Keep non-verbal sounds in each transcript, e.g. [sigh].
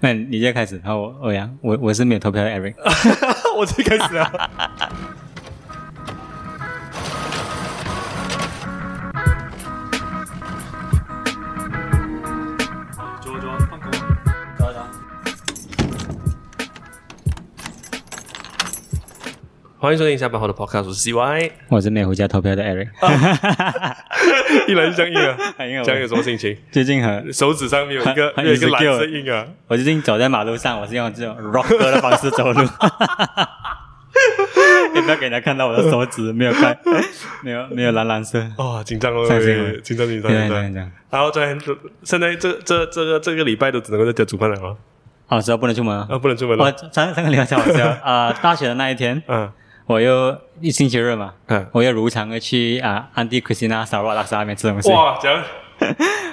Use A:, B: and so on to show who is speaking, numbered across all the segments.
A: 那你先开始，然后我欧阳，我我是没有投票的 Eric。
B: [laughs] 我最开始啊了。九九放空，等一下。欢迎收听下班后的 Podcast，我是 CY。
A: 我是没有回家投票的 Eric。
B: [laughs]
A: [laughs]
B: 一来就像印啊， [laughs]
A: 很有
B: 这样有什么心情？
A: 最近和
B: 手指上面有一 [laughs] 个
A: 很
B: 啊有一个蓝
A: insecure
B: 色印啊，
A: 我最近走在马路上，我是用这种 rock 歌的方式走路。也不要给人家看到我的手指，没有看，没有没有蓝蓝色。
B: 哦，紧张哦，
A: 上新闻
B: 紧张紧张
A: 对对对
B: 紧张。
A: 对。
B: 然后昨天现在这这这个这个礼拜都只能够在家煮饭了哦，
A: 哦，之后不能出门
B: 啊，
A: 哦。
B: 不能出门
A: 我
B: 了。
A: 上上个礼拜才好 [laughs] 笑。啊，大学的那一天，
B: 嗯
A: 我又一星期日嘛，
B: 嗯，
A: 我又如常的去啊安迪、克西娜、萨瓦拉沙那边吃东西。
B: 哇，讲，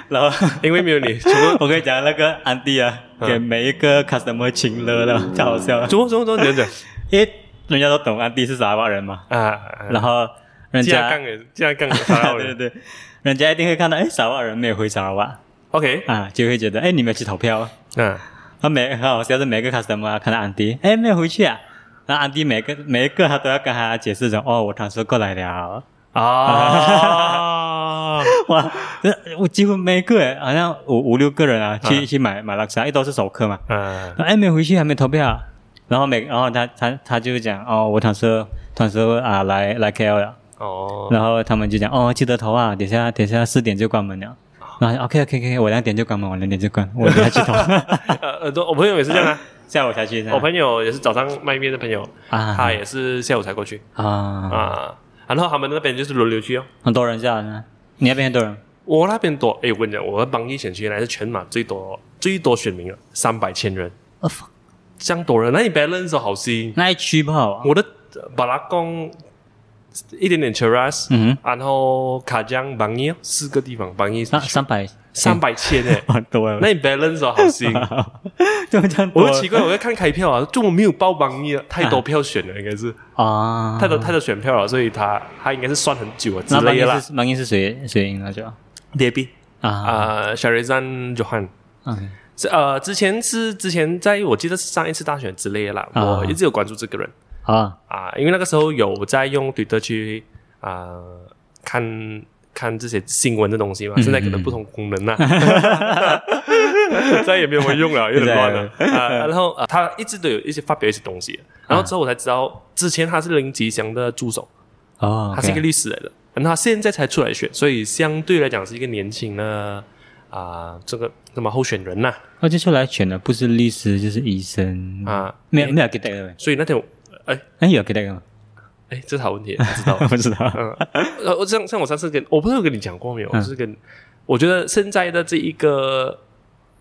A: 然后
B: 因为没有你，全部
A: 我跟你讲，那个安迪啊，
B: 嗯。
A: 给每一个 customer 请了的，太好笑了
B: 怎么怎么怎么讲讲
A: 因为人家都懂安迪是啥巴人嘛，
B: 啊？
A: 然后人
B: 加
A: 家
B: 杠，诶，加杠诶，杀到
A: [laughs] 对
B: 人。
A: 对对，人家一定会看到，哎，沙巴人没有回沙拉瓦
B: OK，
A: 啊，就会觉得，哎，你没有去投票啊。
B: 嗯，
A: 他每很好笑，是每个 customer 啊看到安迪，哎，没有回去啊。然后安迪每个每一个他都要跟他解释说，哦，我transfer 过来了。
B: [laughs] 啊，
A: 哇，这我几乎每一个人好像五五六个人啊，去、
B: 啊
A: 去买买拉沙，因为都是熟客嘛。
B: 嗯，
A: 哎，没有回去，还没投票、啊。然后每，然后他他他就讲哦，我transfer transfer 啊，来来 KL 了。 [laughs]
B: 哦，
A: 然后他们就讲哦，记得投啊，等下等下四点就关门了。然后 OK OK OK，我两点就关门，我两点就关，我等下去投。
B: [laughs] 呃，很多我朋友也是这样啊，
A: 下午才去。
B: 我朋友也是早上卖面的朋友，
A: 啊
B: 他也是下午才过去
A: 啊，
B: 啊。然后他们那边就是轮流去哦。
A: 很多人这样呢。你那边很多人
B: 我那边多，哎，我跟你讲，我的邦义选区原来是全马最多最多选民了，三百千人，
A: 哦，fuck，
B: 这样多人，那你 balance 好心。
A: 那一区不好啊。
B: 我的呃巴拉贡一点点 Cheras，
A: 嗯哼，
B: 然后卡江、邦伊四个地方，邦伊
A: 三嗯三百，
B: 三百千诶
A: 很多人，
B: 那你 balance 哦好
A: [laughs]
B: 心。
A: 就这样多。
B: 我就奇怪，我在看开票啊，中国没有报邦伊啊，太多票选
A: 嗯
B: 了，应该是
A: 啊，
B: 太多太多选票了，所以他他应该是算很久啊之
A: 那盲
B: 类的啦
A: 音。是盲音是谁谁赢了就啊
B: d e b b i
A: 啊
B: 啊 s h a r i z a n Johan。
A: 嗯
B: 是呃，之前是之前在我记得是上一次大选之类的啦，
A: 啊
B: 我一直有关注这个人
A: 好啊
B: 啊，因为那个时候有在用 Twitter 去啊、看看这些新闻的东西嘛，
A: 嗯
B: 现在可能不同功能啦、
A: 嗯
B: [laughs] 现在也没有人用
A: [laughs]
B: 了，有点乱了啊。然后、啊，他一直都有一些发表一些东西，然后之后我才知道，之前他是林吉祥的助手，
A: 哦，
B: 他是一个
A: OK
B: 律师来的，然后他现在才出来选，所以相对来讲是一个年轻的啊、这个什么候选人呐
A: 那接下来选的不是律师就是医生
B: 啊。
A: 啊，没有没有 get 到没？
B: 所以那天我，哎
A: 哎，有 get 到吗？ [laughs]
B: 哎，这是好问题，不知道。
A: 不知道
B: 嗯， [laughs] 呃，我像像我上次跟我不是有跟你讲过没有？
A: 嗯
B: 就是跟我觉得现在的这一个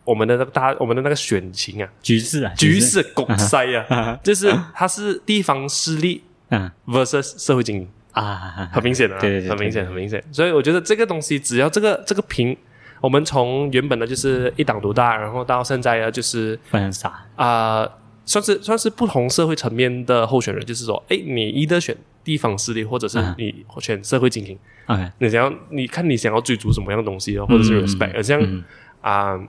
B: 我们的那个大我们的那个选情啊，
A: 局势啊，
B: 局势拱塞
A: 啊
B: 啊
A: 哈，
B: 就是它是地方势力
A: 啊
B: versus 社会精英，
A: 啊啊，
B: 很明显的、啊，
A: 对对对
B: 很明显，很明显。所以我觉得这个东西，只要这个这个平，我们从原本的就是一党独大，然后到现在的就是
A: 不很傻
B: 啊、算是算是不同社会层面的候选人，就是说，哎，你一的选地方势力，或者是
A: 嗯
B: 你选社会精英，
A: ，OK，
B: 你想要你看你想要追逐什么样的东西哦，或者是
A: 嗯
B: respect，、而像
A: 嗯
B: 啊、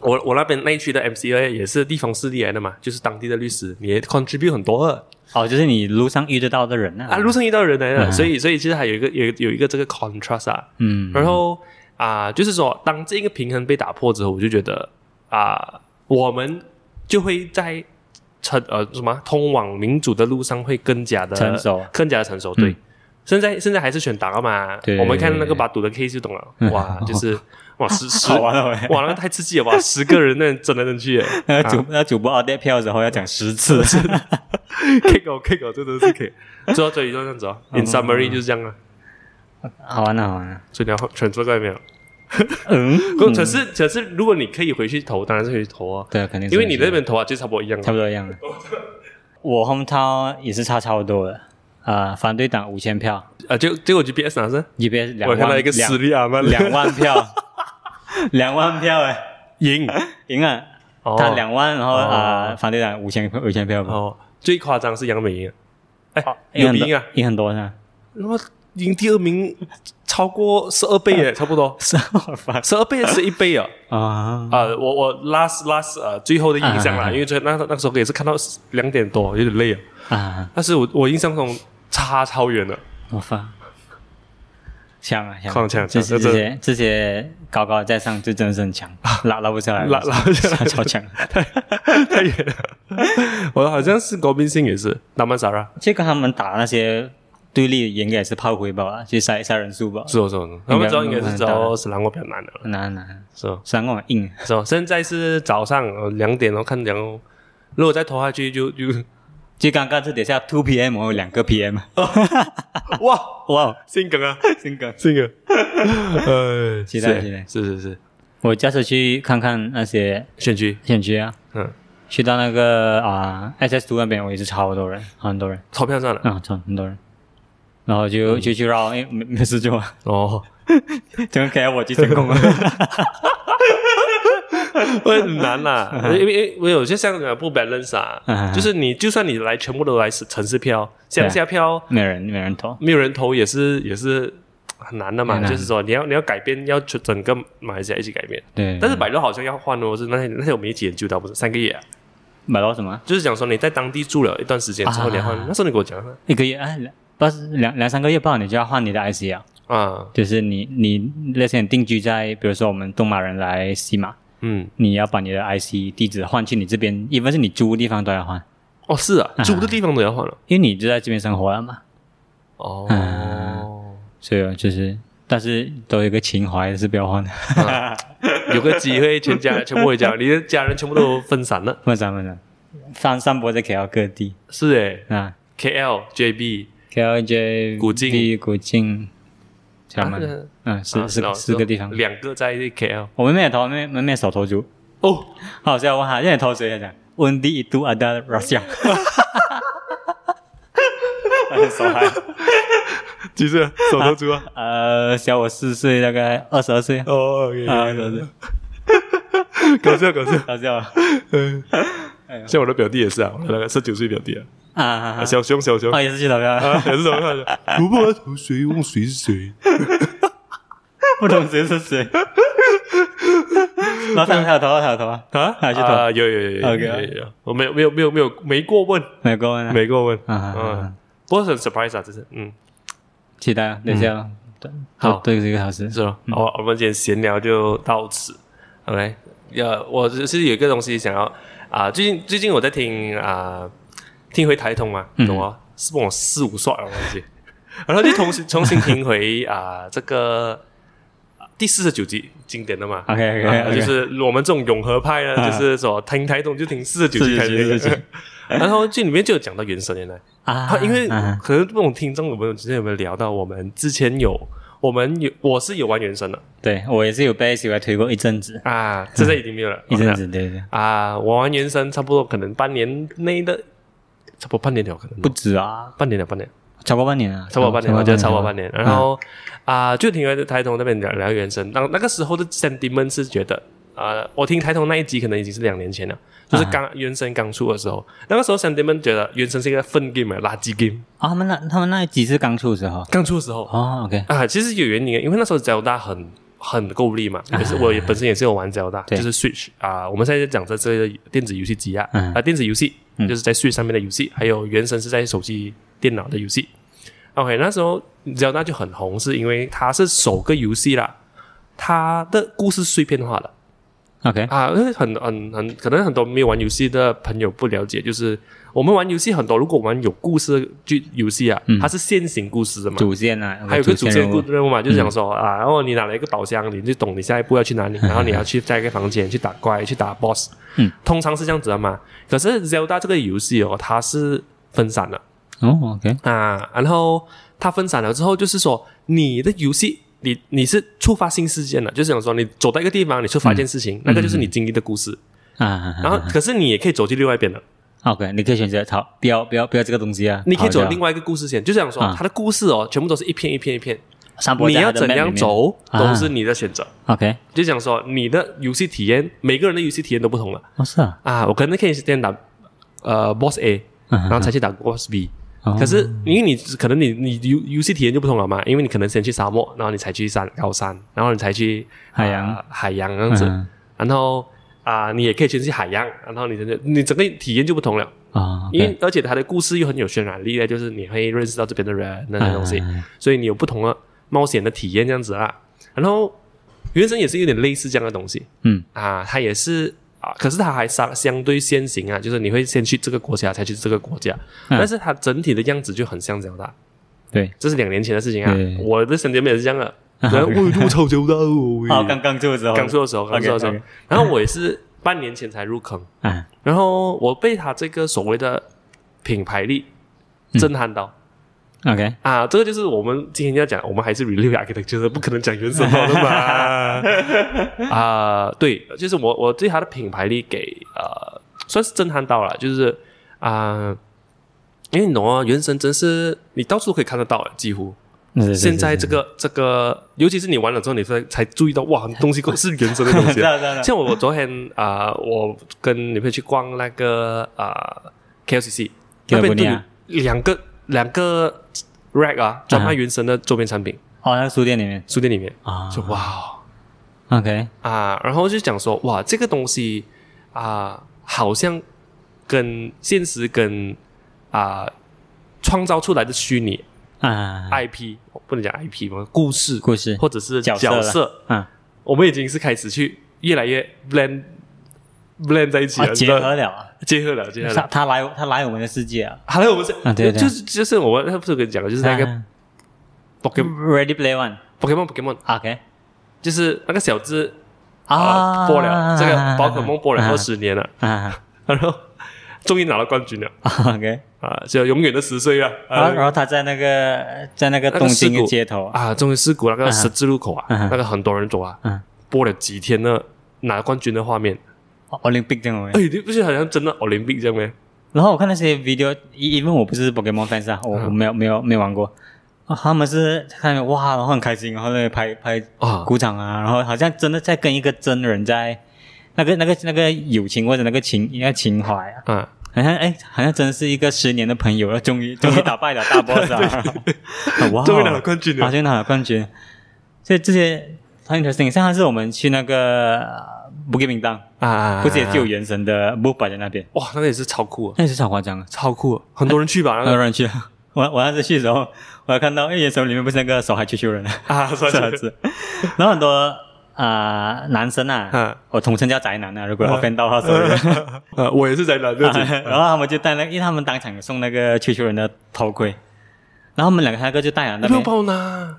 B: 我我那边那一区的 MCA 也是地方势力来的嘛，就是当地的律师，你也 contribute 很多的
A: 哦，就是你路上遇得到的人
B: 啊，路上遇到人来的，
A: 嗯
B: 所以所以其实还有一个有有一个这个 contrast 啊，
A: 嗯，
B: 然后啊、就是说，当这个平衡被打破之后，我就觉得啊、我们就会在成呃什么通往民主的路上会更加的
A: 成熟
B: 更加的成熟。对，
A: 嗯
B: 现在现在还是选党啊嘛，
A: 对嗯
B: 我们看那个把赌的 case 就懂了，哇，就是哇十十。
A: 好玩啊了喂。
B: 哇，那个太刺激了！哇，十个人那争来
A: [laughs]
B: 争去耶
A: 那主那主播 update 票的时候要讲十次，
B: ，kick 哦 kick 哦，这都是 kick。最后所以就这样子哦，in
A: 嗯
B: summary 就是这样啊。
A: [laughs] 好玩啊好玩啊。
B: 所以你要选出来没有？
A: 嗯，
B: 可可是可是，如果你可以回去投，当然是回去投啊。
A: 对，肯定是
B: 因为你那边投啊，就差不多一样啊。
A: 差不多一样的。我 hometown 也是差超多的，啊，反对党五千票
B: 啊，结结果 GPS 哪是？
A: ，GPS 两
B: 我
A: 万，
B: 看到一个
A: 两
B: 实力啊，曼
A: 两万票，两万票哎、
B: 赢
A: 赢啊！
B: 哦
A: [laughs] 他两万，然后
B: 哦
A: 啊、呃反对党五千五千票嘛，
B: 哦，最夸张是杨美英，哎，
A: 赢
B: 有
A: 很
B: 比
A: 多
B: 赢啊，
A: [laughs] 赢很多呢。
B: 那么赢第二名超过十二倍
A: [laughs]
B: 耶，差不多
A: 什么法
B: 十二倍是一倍啊。
A: 啊？
B: 呃，我我 last last 呃最后的印象啦，
A: 啊
B: 因为这那那时候也是看到两点多，有点累啊。
A: 啊，
B: 但是我我印象中差超
A: [laughs]
B: 远了，啊
A: 我发，强啊强！
B: 强强
A: 这
B: 强
A: 些
B: 这
A: 这些这些高高在上，就真的是很
B: [laughs]
A: 强，拉拉不下来，
B: 拉拉不下来
A: [laughs] 超强。
B: 太远了。我好像是国民性也是，南曼萨拉，
A: 就跟他们打那些对立，应该也是炮灰吧，去杀杀人数吧，
B: 是哦是哦，是哦他们知道应该是
A: 应
B: 知
A: 该嗯蛮大
B: 道斯兰国比较难的了，
A: 很难很难，
B: 是哦
A: 虽然我很硬，
B: 是哦。现在是早上呃两点哦，看两哦，如果再拖下去就就
A: 就刚刚这底下 two PM 我有两个 PM，
B: 哇，
A: 哇，
B: 性梗啊，
A: 真的。[laughs]
B: 性梗，呃，
A: 期待
B: 是
A: 期待
B: 是是是，
A: 我下次去看看那些
B: 选区，
A: 选区啊，
B: 嗯，
A: 去到那个啊、SS Two 那边，我也是超多人，很多人
B: 投票上了
A: 啊，超很多人。然后就
B: 嗯
A: 就去绕，因为没没事做啊， [laughs]
B: 哦，
A: 整个 K L 我去成功了。
B: 会很难啦， [laughs] 因为因为我有些香港人不 balance 啊
A: 嗯，
B: 就是你就算你来全部都来城市票、乡下票，
A: [laughs] 没人没人投，
B: 没有人投也是也是很难的嘛。
A: 很难
B: 就是说你要你要改变，要整整个马来西亚一起改变。
A: 对，
B: 但是百乐好像要换哦，是那天那天我们一起研究到不是三个月啊，
A: 买到什么
B: 就是讲说你在当地住了一段时间之后
A: 啊
B: 你要换，那时候你跟我讲
A: 一个月啊，两不是两两三个月吧，你就要换你的 IC 啊，
B: 啊，
A: 就是你你那些人定居在，比如说我们东马人来西马，
B: 嗯，
A: 你要把你的 IC 地址换去你这边，因为是你租的地方都要换，
B: 哦是啊，
A: 啊
B: 住的地方都要换了
A: 因为你就在这边生活了嘛，啊
B: 哦。
A: 所以就是，但是都有一个情怀是不要换的， [laughs]
B: 啊有个机会，全家全部回家，你的家人全部都分散了。
A: 不然不然，散散播在 KL 各地
B: 是诶
A: 啊
B: k L、JB、
A: ，KLJ
B: 古晋
A: 古晋，厦
B: 啊
A: 门，
B: 是
A: 嗯，
B: 啊
A: 四
B: 是哦
A: 四四个地方
B: 是哦，两个在 KL
A: 我们没有投，没没没有手头足。
B: 哦，
A: 好笑，我好像你投谁来讲？温蒂都阿达拉
B: [laughs]
A: 笑，很手嗨。
B: 其实手头足啊，
A: [laughs] 呃，小我四岁，大概二十二岁啊，
B: 哦
A: 二十二岁，
B: 搞笑搞笑，
A: 好笑啊
B: 嗯，像我的表弟也是啊，我那个十九岁表弟啊，
A: 啊哎啊！啊
B: 小熊小熊
A: 啊，也是去投票，
B: 啊，也是怎么看的？不怕投谁用谁是谁，
A: 不懂谁是谁。
B: [laughs]
A: 然后他有投啊，他有投啊，
B: 啊
A: 还去投
B: 啊有有有有
A: OK
B: 有有有，我没有没有没有没有没过问，
A: 美国人啊
B: 没过问，
A: 啊啊啊
B: 嗯
A: 啊，
B: 不过很 surprise 啊，这是嗯。
A: 期待啊，等一下啊，对
B: 好
A: 对，这个小时
B: 是咯，好、我们今天闲聊就到此，OK。呃，我只是有一个东西想要啊、最近最近我在听啊、听回台通嘛，
A: 嗯
B: 懂啊，是我四五刷的忘记， [laughs] 然后就重新重新听回啊、这个啊第四十九集经典的嘛。
A: ，OK
B: 啊
A: OK，
B: 就是我们这种永和派呢，
A: 啊
B: 就是说听台通就听四十九集开
A: 49集
B: 始， [laughs] 然后这里面就有讲到原神原来，
A: 啊
B: 啊，因为
A: 啊
B: 可能不懂听众有没有之前有没有聊到，我们之前有我们有我是有玩原神的
A: 对我也是有被 SY 推过一阵子，
B: 啊，现在已经没有了，
A: 一阵
B: 我看
A: 子，对对，对
B: 到啊，我玩原神差不多可能半年内的，差不多半年了，可能
A: 不止啊，
B: 半年了，半年，
A: 超过半年啊，
B: 超过半年，嗯我觉得超过半年。然
A: 啊
B: 后啊，就听完台通那边聊聊原神，那那个时候的 sentiment 是觉得。啊、我听台通那一集可能已经是两年前了，就是刚、原神刚出的时候，那个时候 sentiment 觉得原神是一个粪 game 啊垃圾 game，
A: 啊，他们那他们那几次刚出的时候，
B: 刚出的时候，
A: 哦，OK，
B: 啊，其实有原因的，因为那时候 Zelda 很很够力嘛，也是我也本身也是有玩 Zelda，就
A: 啊对
B: 是 Switch 啊、我们现在讲的这个电子游戏机啊，啊、
A: 嗯
B: 电子游戏就是在 Switch 上面的游戏，还有原神是在手机、电脑的游戏。OK，那时候 Zelda 就很红，是因为它是首个游戏啦，它的故事碎片化了。
A: OK，
B: 啊，因为很很很，可能很多没有玩游戏的朋友不了解，就是我们玩游戏很多，如果玩有故事的剧游戏啊，
A: 嗯
B: 它是线性故事的嘛，
A: 主线啊，
B: 还有个主线
A: 人
B: 故
A: 物
B: 任务嘛，就是讲说、啊，然后你拿了一个宝箱，你就懂你下一步要去哪里，然后你要去下一个房间去打怪、去打 boss，
A: 嗯，
B: 通常是这样子的嘛。可是 Zelda 这个游戏哦，它是分散的
A: 哦，OK，
B: 啊，然后它分散了之后，就是说你的游戏。你你是触发新事件了，就是想说你走到一个地方，你触发一
A: 嗯
B: 件事情，那个就是你经历的故事。
A: 啊啊，
B: 然后可是你也可以走去另外一边的，
A: 啊 OK，你可以选择逃，不要不要不要这个东西啊，
B: 你可以走
A: 逃掉
B: 另外一个故事线，就是想说
A: 啊
B: 它的故事哦，全部都是一片一片一片，
A: 上坡
B: 你
A: 在
B: 要
A: 它的
B: 怎
A: map 里
B: 样
A: 面
B: 走都
A: 啊
B: 是你的选择。
A: ，OK，
B: 就讲说你的游戏体验，每个人的游戏体验都不同了
A: 哦是啊，
B: 啊。我可能可以先打呃 Boss A，
A: 嗯
B: 然后才去打 Boss B，
A: 哦
B: 可是因为你可能你你游游戏体验就不同了嘛，因为你可能先去沙漠，然后你才去山高山，然后你才去
A: 海洋
B: 啊海洋这样子，
A: 嗯
B: 然后啊、你也可以先去海洋，然后你整个你整个体验就不同了，
A: 啊，
B: 因为而且它的故事又很有渲染力的，就是你会认识到这边的人那些东西，
A: 嗯
B: 所以你有不同的冒险的体验这样子啦。然后原神也是有点类似这样的东西，
A: 嗯
B: 啊，它也是啊，可是它还相相对先行啊，就是你会先去这个国家，才去这个国家，
A: 嗯
B: 但是它整体的样子就很像加拿大。
A: 对，
B: 这是两年前的事情啊
A: 对，
B: 我的神经病也是这样啊
A: [laughs]
B: 的，然后我都超久了，我
A: 哦，刚刚做的时候，
B: 刚出的时候，刚出的时候
A: OK，OK，
B: 然后我也是半年前才入坑，
A: 啊，
B: 然后我被它这个所谓的品牌力
A: 嗯
B: 震撼到。
A: OK，
B: 啊，这个就是我们今天要讲，我们还是 review architecture，不可能讲原神好的嘛。
A: [laughs]
B: 啊，对，就是我我对它的品牌力给呃算是震撼到了，就是啊、因为你懂哦，原神真是你到处都可以看得到，啊几乎
A: 是是是
B: 现在这个这个，尤其是你玩了之后，你才才注意到
A: [laughs]
B: 哇，东西是原神的东
A: 知。
B: 西啊
A: 道知道知道
B: 像我我昨天啊、我跟女朋友去逛那个啊、KLCC 那边就有
A: Kelvania
B: 两个两个 rack 啊，专卖原神的周边产品，
A: 哦，那个书店里面
B: 书店里面
A: 啊
B: 就哇哦
A: ，OK，
B: 啊，然后就讲说哇，这个东西啊，好像跟现实跟啊创造出来的虚拟
A: 啊，
B: IP，、不能讲 IP 嘛，故事
A: 故事
B: 或者是
A: 角色
B: 角
A: 了
B: 色
A: 啊，
B: 我们已经是开始去越来越 blend blend 在一起
A: 啊
B: 了，
A: 结
B: 你知道
A: 合了啊，
B: 结合了，结合
A: 他
B: 了。
A: 他来他来我们的世界啊
B: 好了，我们是，
A: 啊对对
B: 就是就是我他不是跟你讲的，就是那个
A: 啊
B: Pokemon、
A: Ready Play One，OK，
B: Pokemon Pokemon，就是那个小智
A: 啊，
B: 播了这个宝可梦播了
A: 啊
B: 二十年了，
A: 啊
B: 然后终于拿到冠军了
A: ，OK，
B: 啊，就永远的十岁了
A: 然后
B: 啊
A: 然后他在那个在那个
B: 那个
A: 东
B: 事
A: 京的
B: 故
A: 街头
B: 啊，终于事故那个十字路口啊，
A: 啊
B: 那个很多人走啊
A: 啊，
B: 播了几天的拿冠军的画面，
A: ，Olympic 这种。
B: 哎，你不是好像真的 Olympic 这样吗？
A: 然后我看那些 video，因因为我不是 Pokemon fans 啊，我我没有没有没有玩过。啊他们是看见哇，然后很开心，然后那里拍拍
B: 啊
A: 鼓掌啊，然后好像真的在跟一个真人在那个那个那个友情或者那个情那个情怀啊，
B: 啊，
A: 好像哎，好像真的是一个十年的朋友，然后终于终于打败了大 boss
B: [laughs]
A: 啊，然后啊哇，
B: 终于拿到冠军了
A: 啊，终于拿到冠军。所以这些很 interesting。上次我们去那个不给名当，
B: 啊，
A: 不是也就有原神的 b o o 摆在那边，
B: 哇，那个也是超酷啊，
A: 那也是超夸张啊，
B: 超酷啊，很多人去吧那
A: 很多
B: 个
A: 人去。 [laughs] 我我当时去的时候，我还看到哎，原神里面不是那个手还球球人啊，
B: 啊，算
A: 这
B: [laughs] 是
A: 样子，然后很多。啊、男生啊
B: 嗯，
A: 我统称叫宅男啊，如果
B: 嗯
A: offend 到的话，sorry。
B: 呃，我也是在南这子
A: [laughs] 然后他们就戴那个，因为他们当场有送那个球球人的头盔，然后他们两个那个就戴了
B: 你
A: 那边
B: 不用。帮我拿，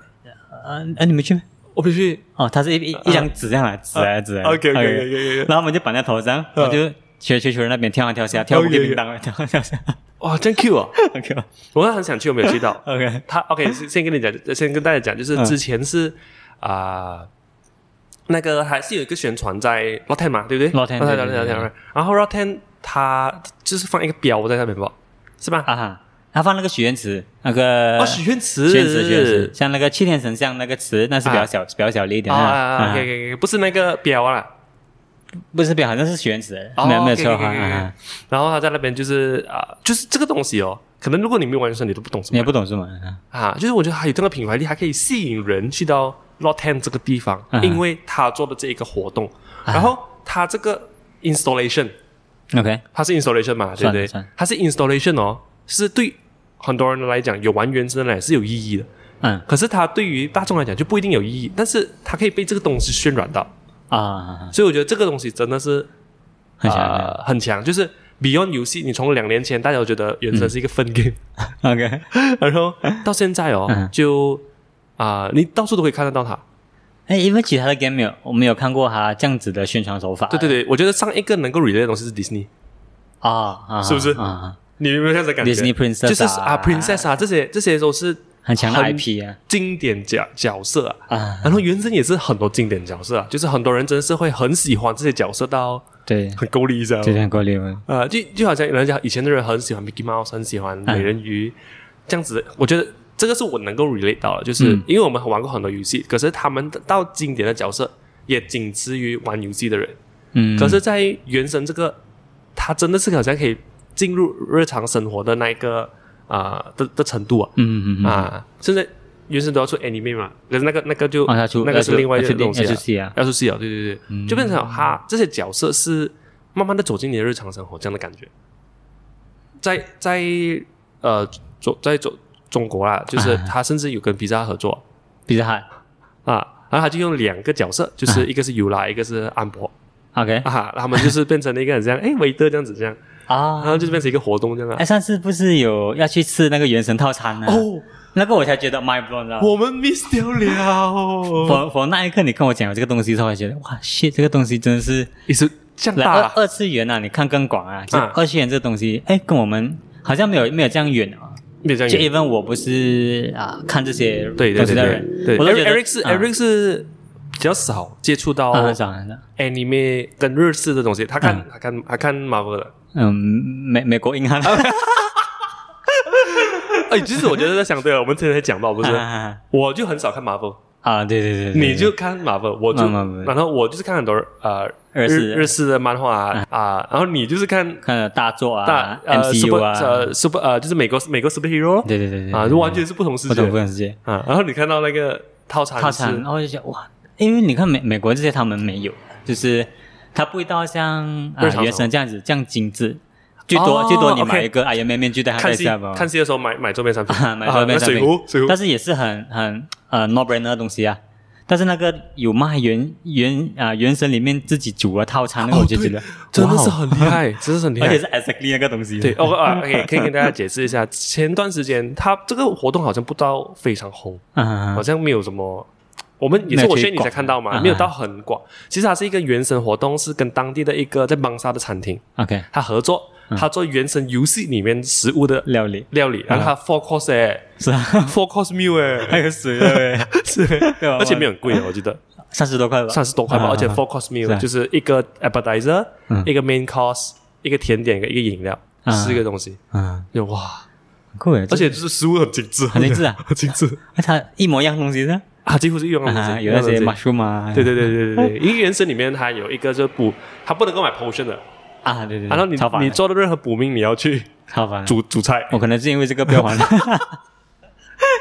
A: 呃，呃，你们去没？
B: 我必须。
A: 哦，它是一一
B: 啊
A: 一张纸这样来，纸来纸来。
B: OK OK 啊 OK OK，
A: 然后我们就绑在头上，我就学球球人那边跳上跳下，跳舞
B: OK，OK
A: 给叮当，跳上跳下。 [laughs]
B: 哇，真 Q 啊！
A: OK。
B: 我很想去，我没有去到
A: OK，
B: 他 OK，先先跟你讲，先跟大家讲，就是
A: 嗯
B: 之前是啊、那个还是有一个宣传在 Rotten 嘛，对不对
A: Rotten，对对对
B: Rotten Rotten，然后 Rotten 它就是放一个标在那边吧，是吧？
A: 啊哈，他放那个许愿池，那个
B: 哦，许愿池，
A: 呃许愿池，许愿池，像那个七天神像那个池，那是比较小，比较小力一点
B: 啊啊
A: 啊
B: ，OK。OK，不是那个标啊。
A: 不是表，好像是许愿池，
B: 哦
A: 没有没有
B: OK，OK，OK，
A: 错哈。
B: OK，OK，OK
A: 啊哈
B: 然后他在那边就是啊、就是这个东西哦，可能如果你没有玩生，你都不懂什
A: 你
B: 么
A: 也不懂是吗？啊
B: 啊，就是我觉得还有这个品牌力，还可以吸引人去到 Lotten 这个地方，
A: 嗯
B: 因为他做的这一个活动，然后他这个 installation，
A: OK，
B: 它是 installation 嘛，对不对
A: 算算？
B: 它是 installation 哦，是对很多人来讲有玩原生的人是有意义的，
A: 嗯
B: 可是它对于大众来讲就不一定有意义，但是它可以被这个东西渲染到，
A: 啊，
B: 所以我觉得这个东西真的是
A: 很想要
B: 呃、很强，就是 Beyond 游戏，你从两年前大家都觉得原神是一个分 game，、
A: OK， [laughs]
B: 然后到现在哦，
A: 嗯
B: 就啊、你到处都可以看得到它。
A: 哎，因为其他的 game 没有，我没有看过他这样子的宣传手法。
B: 对对对，我觉得上一个能够 relate 的东西是 Disney，
A: 啊，啊
B: 是不是
A: 啊，
B: 你有没有这样子的感觉
A: Disney princess
B: 就是
A: 啊
B: 啊 princess 啊，这些这些都是
A: 很强的
B: 很
A: IP 啊
B: 经典角角色啊。
A: 啊，
B: 然后原神也是很多经典角色啊，就是很多人真的是会很喜欢这些角色到
A: 对，
B: 很够力，这样
A: 就。像过滤嘛，
B: 呃，就就好像人家以前的人很喜欢 Mickey Mouse，很喜欢美人鱼、这样子，我觉得这个是我能够 relate 到的，就是
A: 嗯
B: 因为我们玩过很多游戏，可是他们到经典的角色也仅次于玩游戏的人，
A: 嗯，
B: 可是，在原神这个，它真的是好像可以进入日常生活的那一个啊、的的程度啊、
A: 嗯嗯嗯，
B: 啊，现在原神都要出 anime 嘛，可是那个那个就、
A: 哦它出
B: 那个是另外一个东西、
A: H C 啊，
B: 要出戏啊，对对对，就变成了他这些角色是慢慢的走进你的日常生活这样的感觉，在在呃中在中中国啦，就是
A: 啊
B: 他甚至有跟 B 站合作
A: 比较好
B: 啊，然后他就用两个角色，就是一个是尤拉，一个是安博
A: OK
B: [laughs] 啊，他们就是变成了一个很像哎维德这样子这样，然
A: 啊。
B: 后就变成一个活动这样啊
A: 哎，。上次不是有要去吃那个原神套餐呢？
B: 哦，
A: 那个我才觉得 my blown 了。
B: 我们 miss 掉了，
A: 我我那一刻你跟我讲有这个东西之后，我才觉得哇，shit，这个东西真的是
B: 也是这样
A: 来
B: 大
A: 二
B: 啊，
A: 二次元啊，你看更广啊，就
B: 啊
A: 二次元这东西，哎，跟我们好像没有没有这样远啊。
B: 没有这样
A: 就
B: 远。
A: even 我不是啊看这些
B: 嗯对
A: 东
B: 对
A: 西
B: 对
A: 的人，
B: 对
A: 我都觉得
B: Eric 是哦
A: 啊
B: Eric 是比较少接触到
A: 啊很少很少，
B: anime 跟日式的东西，他看
A: 嗯
B: 他看他看 Marvel 的。
A: 嗯，美美国银行
B: 啊哎，其实我觉得这相对了，我们之前才讲到，不是？
A: 啊
B: 我就很少看 Marvel，
A: [laughs] 啊，对对对，对
B: 你就看
A: 嗯
B: Marvel，我就
A: 慢慢慢
B: 然后我就是看很多呃
A: 嗯日式嗯
B: 日日式的漫画啊，啊然后你就是看
A: 看了大作
B: 大
A: 啊
B: 呃
A: MCU
B: super
A: 啊，
B: 呃 super 呃就是美国美国 superhero
A: 对对对对
B: 啊，就完全是不同世
A: 不
B: 界
A: 懂不懂世界
B: 啊。然后你看到那个套餐
A: 套
B: 是
A: 餐，然后就觉得哇，因为你看美美国这些他们没有，就是它不到像啊
B: 日常生活
A: 原神这样子这样精致，最多最多你
B: OK
A: 买一个 Iron Man 面具戴在
B: 看戏
A: 下吧，
B: 看戏的时候买买周边产品
A: [laughs] 买周边
B: 啊那
A: 产
B: 水
A: 品
B: 壶水壶
A: 但是也是很很呃 no brainer 的东西啊。但是那个有卖原原啊、原神里面自己煮的套餐，那个我就觉得、
B: 哦真的是
A: 哇哦
B: 很厉害，真的是很厉
A: 哦，而
B: 害
A: 且。是 exactly 那个东西。
B: 对，哦啊，OK，可以跟大家解释一下，前段时间他这个活动好像不到非常红，
A: 嗯，
B: 好像没有什么。我们也
A: 没
B: 是
A: 有
B: 我
A: 去
B: 劝你才
A: 广
B: 看到嘛，
A: 嗯
B: 没有到很广。其实它是一个原神活动，是跟当地的一个在邦沙的餐厅，
A: 啊 OK
B: 他合作，
A: 嗯
B: 他做原神游戏里面食物的
A: 料理
B: 料理，然后他 four course 哎
A: 是啊，
B: ，four course 啊 meal [laughs] 哎，
A: 还有水对不对？
B: [laughs] 是，
A: 对啊
B: 而且没有很 [laughs] 贵，我记得
A: [laughs] 三十多块吧，
B: 三十多块吧，
A: 啊
B: 而且
A: 啊
B: four course
A: 是
B: meal
A: 啊
B: 就是一个 appetizer，
A: 嗯
B: 一个 main course，一个甜点，一个一个饮料，
A: 啊
B: 四个东西，
A: 嗯，
B: 就哇，
A: 很酷耶！
B: 而且就是食物很精致，
A: 很精致啊
B: [laughs] 很精致
A: 这它一模一样东西呢，
B: 啊，几乎是一样的东
A: 啊，
B: 西，
A: 有那些
B: 一样的东西
A: mushroom 啊，
B: 对对对对对对，因为原神里面它有一个就是补，它不能够买 potion 的，
A: 啊，对对，对
B: 然后你
A: 超烦的，
B: 你做的任何补命，你要去
A: 超烦的，
B: 煮煮菜，
A: 我可能是因为这个不要还了， [laughs]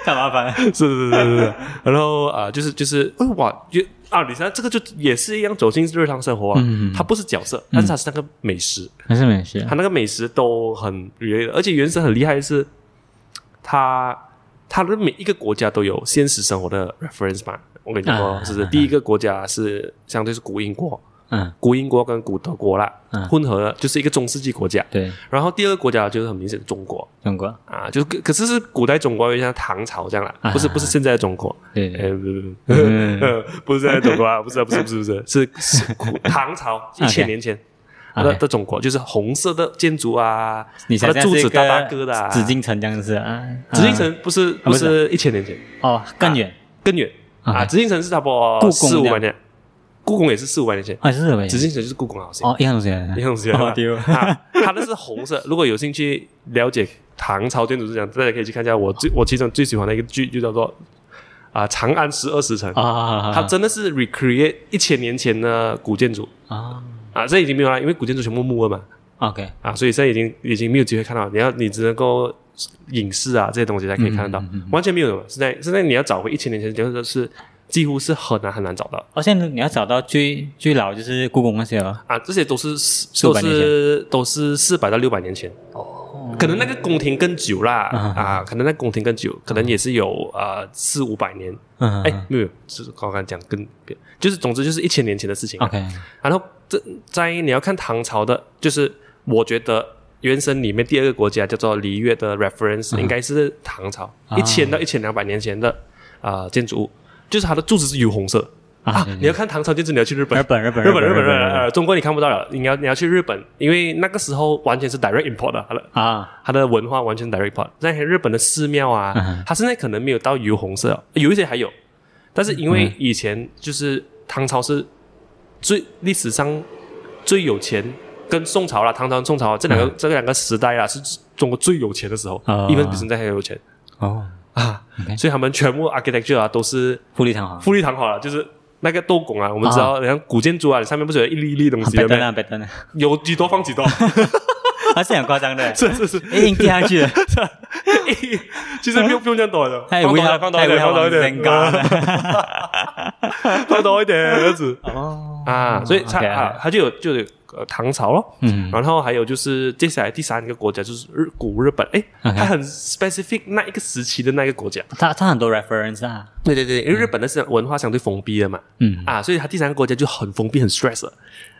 A: 太麻烦了。
B: 是是是是是，然后啊、呃就是就是，哎哇，就啊，你看这个就也是一样走进日常生活啊，
A: 嗯
B: 它不是角色，但是它是那个美食，
A: 还是美食
B: 它那个美食都很 related，而且原神很厉害的是，它它的每一个国家都有现实生活的 reference 嘛，我跟你说，
A: 啊
B: 是不是第一个国家是相对是古英国，
A: 嗯，
B: 古英国跟古德国啦，
A: 嗯
B: 混合了就是一个中世纪国家，
A: 对，
B: 然后第二个国家就是很明显的中国。
A: 中国，
B: 啊，就是可可是是古代中国，有点像唐朝这样啦，
A: 啊
B: 不是不是现在的中国，
A: 对对
B: 哎，不不不，
A: 嗯
B: 呃 [laughs] 不是在中国啊，不是啊不是不是
A: [laughs]
B: 不是，是是古唐朝一千年前的
A: 啊 OK
B: 的中国，就是红色的建筑啊，
A: 你
B: 它
A: 想
B: 的
A: 象
B: 柱
A: 是一
B: 子
A: 个
B: 大大个的啊，
A: 紫禁城这样子啊？
B: 紫禁城不是不
A: 不是
B: 是一千年前，
A: 啊哦，更远
B: 更远啊，
A: OK
B: 紫禁城是差不
A: 故
B: 多
A: 宫
B: 四五
A: 这样
B: 百年，故宫也是四五百年前，
A: 啊，是什么？
B: 紫禁城就是故宫啊好像。
A: 哦，一样东西，
B: 一样东西
A: 哦丢
B: 啊，它的是红色。如果有兴趣了解唐朝建筑是这样，大家可以去看一下我最我其中最喜欢的一个剧，就叫做啊、长安十二时辰》
A: 啊，
B: 它真的是 recreate 一千年前的古建筑
A: 啊
B: 啊，这已经没有了，因为古建筑全部木了嘛
A: ，OK，
B: 啊，所以现在已经已经没有机会看到了。你要你只能够影视啊这些东西才可以看得到，
A: 嗯嗯
B: 完全没有了。现在现在你要找回一千年前，真的是几乎是很难很难找到。
A: 而且哦你要找到最最老就是故宫那些了，
B: 啊，这些都是
A: 400
B: 都
A: 年前
B: 是都是四百到六百年前，哦，可能那个宫廷更久啦，
A: 嗯
B: 啊，可能那个宫廷更久，可能也是有啊四五百年，
A: 嗯
B: 哎，没有，是我刚刚讲更，就是总之就是一千年前的事情。啊
A: ，OK，
B: 然后这在你要看唐朝的，就是我觉得原神里面第二个国家叫做璃越的 reference 应该是唐朝
A: 啊
B: 一千到一千两百年前的啊建筑物，就是它的柱子是油红色。啊
A: 对，对
B: 你要看唐朝建筑，你要去日本
A: 日。本，日本，
B: 日本日本日本
A: 日
B: 呃，中国你看不到了，你要你要去日本，因为那个时候完全是 direct import 的，它的
A: 本啊，
B: 它的文化完全 direct import。那些日本的寺庙啊，
A: 嗯哼
B: 它现在可能没有到油红色了，有一些还有，但是因为以前就是唐朝是最历史上最有钱，跟宋朝啦，唐朝、宋朝这两个、
A: 嗯
B: 这两个时代啦，啊是中国最有钱的时候，
A: 啊
B: 一分比现在还有钱
A: 哦，
B: 啊
A: OK
B: 所以他们全部 architecture 啊都是
A: 富丽堂皇，
B: 富丽堂皇了，就是。那个斗拱啊，我们知道，像古建筑啊，上面不是有一粒一粒东西
A: 别
B: 的吗
A: 登？哦啊，别登啊，
B: 有几多放几多， [laughs]
A: 啊还是很夸张的，
B: 是是是，
A: 哎，硬贴上去，
B: [laughs] 其实不用不用这样短的，
A: 嗯他
B: 放
A: 也不
B: 短
A: 要，
B: 一放
A: 他
B: 短
A: 也
B: 一
A: 不
B: 点，放
A: 要
B: 短
A: 往
B: 一点
A: 身，高的。
B: [laughs] 放短一点，这样子
A: 哦，
B: 啊，所以他
A: OK，
B: 啊，他就有就有呃唐朝咯，
A: 嗯
B: 然后还有就是接下来第三个国家就是日古日本，哎，
A: OK
B: 它很 specific 那一个时期的那一个国家，
A: 他他很多 reference 啊，
B: 对对对，因为日本的是文化相对封闭的嘛，
A: 嗯，
B: 啊，所以它第三个国家就很封闭，很 stress，了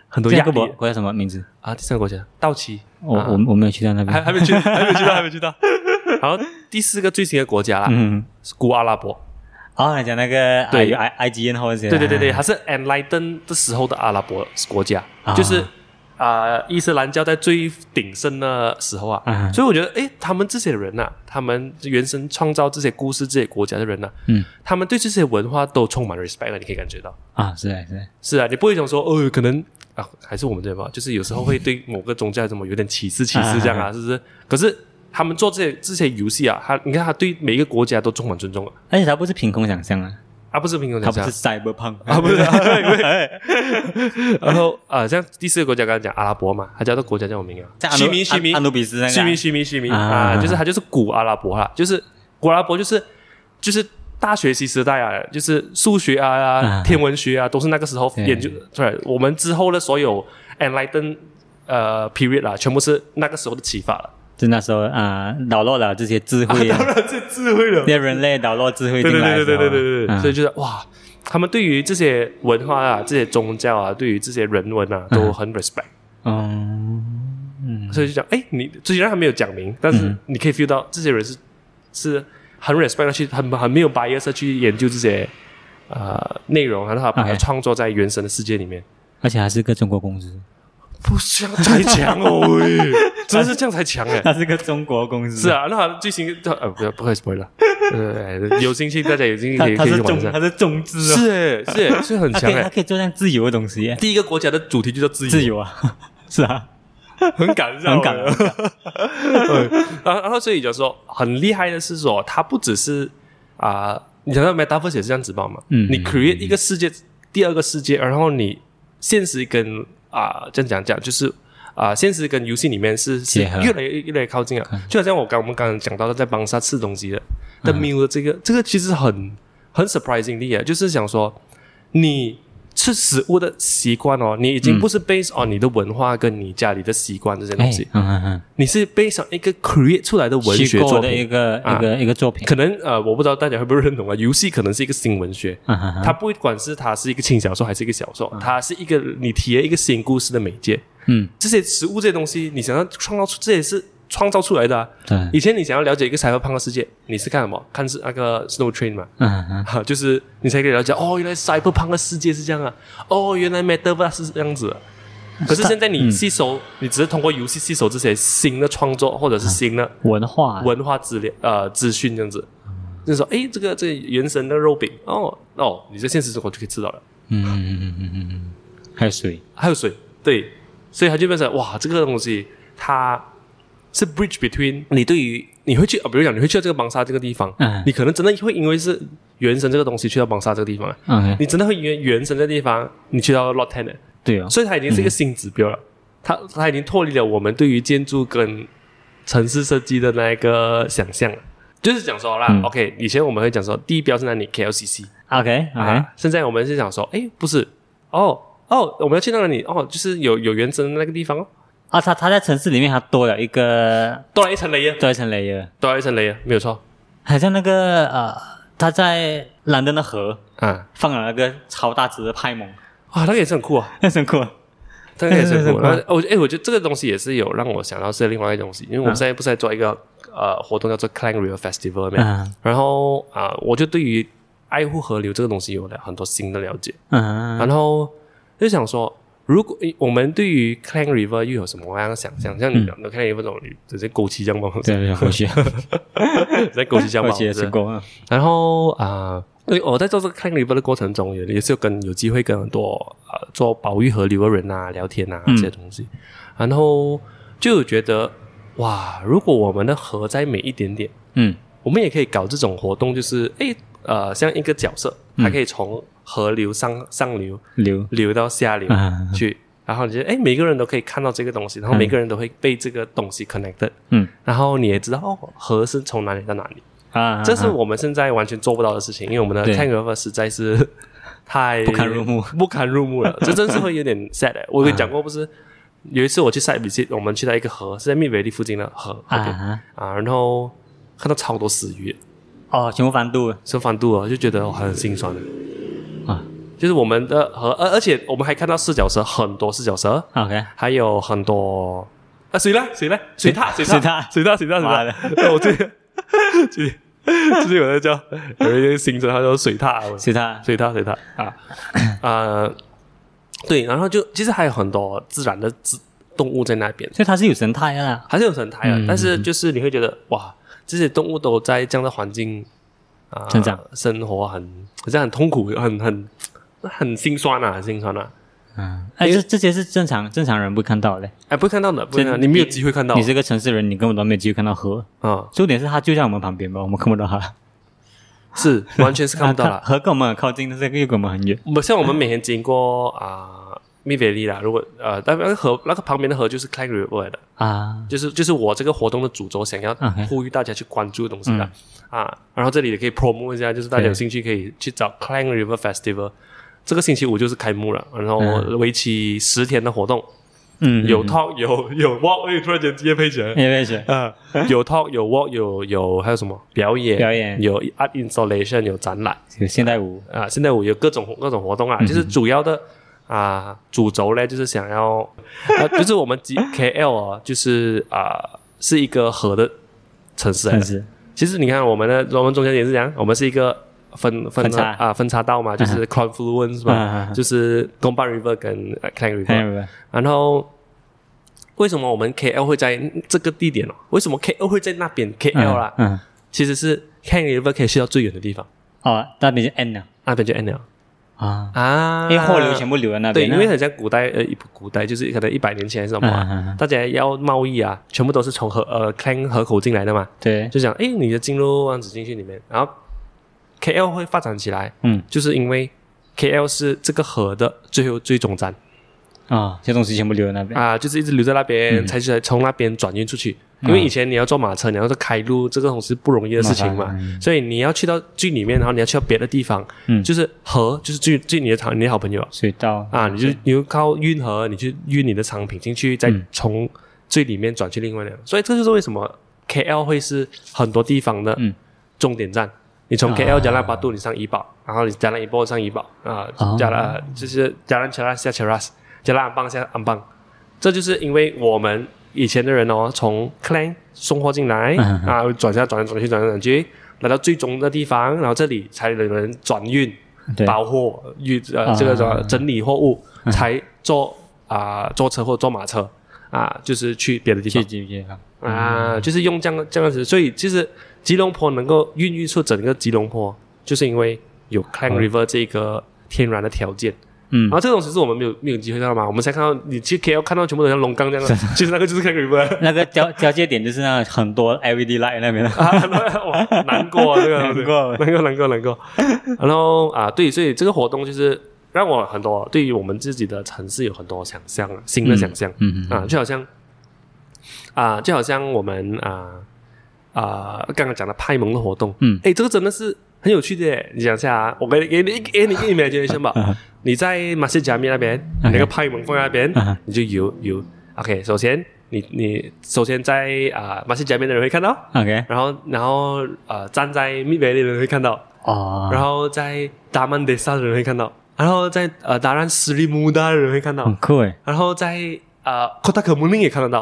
B: 很多
A: 第
B: 压
A: 三个
B: 力
A: 国国家什么名字？
B: 啊。第三个国家到期，
A: 我我我没有去到那
B: 还
A: 边。
B: 还没去，还没去到，还没
A: [laughs]
B: 去到。然后第四个最新的国家啦，
A: 嗯，
B: 是古阿拉伯。
A: 哦，你讲那个
B: 对
A: 啊有 I I G N 或者
B: 对对对对，它是 enlighten 的时候的阿拉伯国家，
A: 啊
B: 就是啊、伊斯兰教在最鼎盛的时候啊，
A: 嗯
B: 所以我觉得，诶，他们这些人呐、他们原生创造这些故事、这些国家的人呐、
A: 嗯
B: 他们对这些文化都充满 respect 了，你可以感觉到。
A: 啊，是的是的，
B: 是啊，你不会想说，哦，可能啊，还是我们这边吧，就是有时候会对某个宗教什么有点歧视、歧视这样
A: 嗯
B: 啊，是不是？可是他们做这些这些游戏啊，他你看他对每一个国家都充满尊重啊，
A: 而且它不是凭空想象啊，
B: 啊，不是贫穷
A: 它
B: 国
A: 不
B: 家
A: 是 cyberpunk
B: 啊，不是。
A: 哎
B: 然后啊，像第四个国家刚刚讲阿拉伯嘛，他叫的国家叫什么名啊？
A: [laughs] 在安
B: 西
A: 努
B: 米西米
A: 安安努比斯那个
B: 西
A: 啊
B: 米西米西米
A: 啊
B: 啊，就是他就是古阿拉伯啦，就是古阿拉伯就是就是。大学习时代啊，就是数学啊、
A: 啊
B: 天文学啊，都是那个时候
A: 对
B: 研究出来。我们之后的所有 enlighten 呃 period 啦，全部是那个时候的启发了。
A: 就那时候啊，导落了这些智慧啊，
B: 然，这智慧了
A: 这些人类导落智慧
B: 对
A: 进
B: 对
A: 来
B: 对
A: 的时
B: 对
A: 候
B: 对
A: 啊，
B: 对对对，所以
A: 嗯
B: 就是哇，他们对于这些文化啊、这些宗教啊、对于这些人文啊，都很 respect，、
A: 嗯嗯
B: 所以就讲，哎，你虽然他没有讲明，但是你可以 feel 到这些人是是很 respect 地去很很没有 bias 地去研究这些呃内容，然后他把它
A: OK
B: 创作在原神的世界里面。
A: 而且还是个中国公司，
B: 不是这样才强哦，喂， [laughs] 真的是这样才强
A: [laughs]
B: 哎、
A: 它是个中国公司，
B: 是啊，那好最新呃不要不会 spoil 了，呃有兴趣大家有兴趣
A: 它
B: 可以
A: 它
B: 可以
A: 是
B: 去玩
A: 中
B: 一下
A: 它，是中资哦，
B: 是哎是哎是很
A: 它
B: 强
A: 可以
B: 哎
A: 它，可以做这样自由的东西，
B: 第一个国家的主题就叫自由，
A: 自由啊， [laughs] 是啊，
B: 很感人，哦
A: 很感人
B: 对， [laughs] 然后然后所以就说很厉害的是说，它不只是啊、你想到 metaverse 也是这样子吧嘛，
A: 嗯
B: 你 create 一个世界，第二个世界，然后你现实跟啊、这样讲讲就是啊、现实跟游戏里面是是
A: 结合嗯
B: 越来越越来越靠近啊，就好像我刚我们刚刚讲到的在帮沙吃东西的的 meal 的这个、这个其实很很 surprising 的耶，就是想说你吃食物的习惯哦，你已
A: 嗯
B: 经不是 based on 你的文化跟你家里的习惯这些东
A: 哎
B: 西，，
A: 嗯嗯嗯。
B: 你是 based on 一个 create 出来的文学
A: 虚构
B: 作
A: 的一
B: 品。
A: 个、
B: 啊
A: 一个一个作品，
B: 可能呃，我不知道大家会不会认同啊，游戏可能是一个新文学，
A: 啊哈哈
B: 它不管是它是一个轻小说还是一个小说，它是一个你体验一个新故事的媒介。
A: 嗯，
B: 这些食物这些东西，你想要创造出，这也是创造出来的、啊。
A: 对，
B: 以前你想要了解一个赛博朋克世界，你是看什么？看是那个 Snow Train 嘛， [laughs]
A: 嗯嗯
B: 哈，就是你才可以了解哦，原来 cyberpunk 的世界是这样啊，哦，原来 metaverse 是这样子啊、
A: 嗯
B: 可是现在你吸收，你只是通过游戏吸收这些新的创作或者
A: 嗯
B: 是新的
A: 文化，
B: 文化资料呃资讯这样子，就是说，诶，这个这个原神的肉饼哦哦，你在现实生活就可以吃到了，
A: 嗯嗯嗯嗯嗯嗯，还有水，
B: 还有水，对，所以它就变成哇，这个东西它是 bridge between 你对于你会去啊，比如讲你会去到这个邦沙这个地方，
A: 嗯
B: 你可能真的会因为是原神这个东西去到邦沙这个地方，
A: 嗯，
B: 你真的会原原神的地方，你去到 Lot Ten，
A: 对哦，
B: 所以它已经是一个新指标了。它它已经脱离了我们对于建筑跟城市设计的那一个想象了。就是讲说啦、
A: 嗯
B: o k 以前我们会讲说第一标是哪里 KLCC
A: OK OK，
B: 啊，现在我们是讲说，哎，不是，哦哦，我们要去那里，哦，就是有有原神的那个地方哦，
A: 啊，它它在城市里面它多了一个
B: 多了一层 layer，
A: 多了一层 layer，
B: 多了一层 layer，没有错
A: 好像那个呃，它在兰登的河
B: 啊，
A: 放了那个超大只的派蒙，
B: 哇，那个也是很酷啊，
A: 那很酷，
B: 这个也是 [laughs] 很酷。
A: 对
B: 然
A: 对
B: 后我觉得哎，我觉得这个东西也是有让我想到是另外一个东西，因为我们现在不是在做一个、呃活动叫做 Clang River Festival 嘛、
A: 嗯
B: 然后啊、我就对于爱护河流这个东西有了很多新的了解，
A: 嗯
B: 然后就想说。如果诶我们对于 Clang River 又有什么样的想象？像你讲的 Clang River 这种，直接枸杞酱包，
A: 对对，过去
B: 在枸杞酱包，
A: 过去也
B: 是
A: 吃过，
B: 然后啊，因为我在做这个 Clang River 的过程中，也也是有跟有机会跟很多呃做保育河流的人啊聊天啊这
A: 嗯
B: 些东西，然后就有觉得哇，如果我们的河再美一点点，
A: 嗯
B: 我们也可以搞这种活动，就是诶呃，像一个角色，它可以从河流上上流
A: 流，
B: 流到下流
A: 嗯
B: 去。然后你觉得哎，每个人都可以看到这个东西，然后每个人都会被这个东西 connected，、
A: 嗯
B: 然后你也知道哦，核是从哪里到哪里。
A: 啊，
B: 这是
A: 啊
B: 我们现在完全做不到的事情，因为我们的
A: 对
B: t a n g o v e r 实在是太
A: 不堪入目啊
B: 不堪入目了。这真是会有点 sad、欸。我跟你讲过，不是有一次我去塞比西，我们去到一个河，是在密维利附近的河
A: 啊
B: ，OK
A: 啊
B: 啊，然后看到超多死鱼，
A: 哦，全部翻肚
B: 是反肚啊了，就觉得哦很心酸的。
A: 啊
B: 就是我们的河，而而且我们还看到四脚蛇，很多四脚蛇，
A: ，OK，
B: 还有很多啊，谁呢？谁呢？水獭，水
A: 水
B: 獭
A: 獭，
B: 水獭，水獭，
A: 妈
B: 水
A: 的
B: [laughs] 獭。我最近最近最近有在叫有一个行程，他叫水獭，我
A: 其他
B: 水獭，水獭
A: [laughs]
B: 啊呃，对，然后就其实还有很多自然的自动物在那边，
A: 所以它是有生态的啦，
B: 还是有神态的，
A: 嗯
B: 但是就是你会觉得哇，这些动物都在这样的环境啊、
A: 成长
B: 生活很好像很痛苦，很很很心酸啊，很心酸啊。
A: 嗯，哎，这这些是正常正常人不看到的，
B: 哎，不会看到的，不会看到，
A: 这
B: 你没有机会看到
A: 你是个城市人，你根本都没有机会看到河。
B: 啊，
A: 重点是它就在我们旁边吧，我们看不到它，
B: 是完全是看不到
A: 啊 [laughs]
B: 了。
A: 河跟我们很靠近，但是又跟我们很远。
B: 我们像我们每天经过啊。密北利啦，如果呃，但那个河那个旁边的河就是 Clang River 来的，
A: 啊，
B: 就是就是我这个活动的主轴想要
A: OK
B: 呼吁大家去关注的东西啦、
A: 嗯
B: 啊，然后这里也可以 promote 一下，就是大家有兴趣可以去找 Clang River Festival，这个星期五就是开幕了，然后
A: 嗯
B: 为期十天的活动，
A: 嗯，
B: 有 talk 有有 walk，哎，突然间直接配起来，
A: 也没学
B: 啊，有 talk 有 walk 有有还有什么表演
A: 表演
B: 有 art installation 有展览
A: 有现代舞，
B: 啊，现在我有各种各种活动
A: 嗯
B: 啊，就是主要的。啊，主轴呢就是想要，啊， [laughs] 就是我们几 KL 啊，就是啊，是一个河的城市来
A: 但
B: 的。
A: 是
B: 其实你看我们的，我们中间也是这样，我们是一个分分
A: 分叉
B: 啊分叉道嘛，就是 confluence
A: 嗯
B: 嘛，
A: 嗯嗯
B: 就是 g o m b a River 跟呃 Klang
A: 看
B: River。
A: 见没有？
B: 然后为什么我们 KL 会在这个地点哦？为什么 KL 会在那边 KL 啦？
A: 嗯，嗯
B: 其实是 Klang River 可以去到最远的地方，
A: 哦，那边就 N 了
B: 那边就 end 了
A: 啊，
B: 啊
A: 因为货流全部留在那
B: 对，
A: 边啊，
B: 因为很像古代呃，一古代就是可能一百年前还是什么、啊，
A: 嗯嗯嗯
B: 大家要贸易啊，全部都是从河呃 Klang 河口进来的嘛，
A: 对，
B: 就讲诶，你的进入湾子进去里面，然后 KL 会发展起来，
A: 嗯
B: 就是因为 KL 是这个河的最后最终站
A: 啊，这些东西全部留在那边
B: 啊，就是一直留在那
A: 嗯
B: 边，才才从那边转运出去。因为以前你要坐马车，你要是开路，这个东西是不容易的事情
A: 麻
B: 嘛
A: 烦，嗯
B: 所以你要去到最里面，然后你要去到别的地方，
A: 嗯
B: 就是河，就是最最你的好你的好朋友
A: 水稻
B: 啊，你就你就靠运河，你去运你的商品进去，再从最里面转去另外两个，所以这就是为什么 KL 会是很多地方的
A: 嗯
B: 终点站。你从
A: 啊
B: KL 加拉巴杜，你上怡保，然后你加拉怡波上怡保啊
A: 哦，
B: 加拉就是加拉切拉下切拉斯，加拉安邦下安邦，这就是因为我们以前的人哦，从 Clan 送货进来
A: 嗯
B: 啊，转下转来转去转来转去，来到最终的地方，然后这里才有人转运，
A: 对
B: 包货运呃
A: 啊
B: 这个什么整理货物，才坐啊、坐车或坐马车啊，就是去别的地
A: 去
B: 方
A: 去去，
B: 啊，就是用这样这样子。所以其实吉隆坡能够孕育出整个吉隆坡，就是因为有 Clang River 这个天然的条件。
A: 嗯
B: 然后这个东西是我们没有没有机会看到嘛，我们才看到你去 KL 看到全部都像龙岗这
A: [laughs]
B: 样的，其实那个就是 Clang River。
A: 那个交交界点就是那很多 LED light 那边的，
B: [laughs] 啊，那哇，难过啊，这个东西
A: 难过
B: 难过，难过，难过。 [laughs] 然后啊，对，所以这个活动就是让我很多对于我们自己的城市有很多想象啊，新的想象、
A: 嗯嗯
B: 啊，就好像啊，就好像我们啊啊刚刚讲的派蒙的活动，
A: 嗯
B: 哎，这个真的是很有趣的耶。你想一下啊，我给你给你给你给你 imagination 吧， [laughs] 你在马西加密那边，你那个派蒙放在那边
A: 嗯，
B: 你就游游。OK，首先你你首先在啊、马西加密的人会看到。
A: 啊，OK，
B: 然后然后呃，站在密北的人会看到，
A: 哦，
B: 然后在达曼德萨的人会看到，然后在呃达兰斯里穆达的人会看到，
A: 很酷诶
B: 然后在呃科塔可穆林也看得到，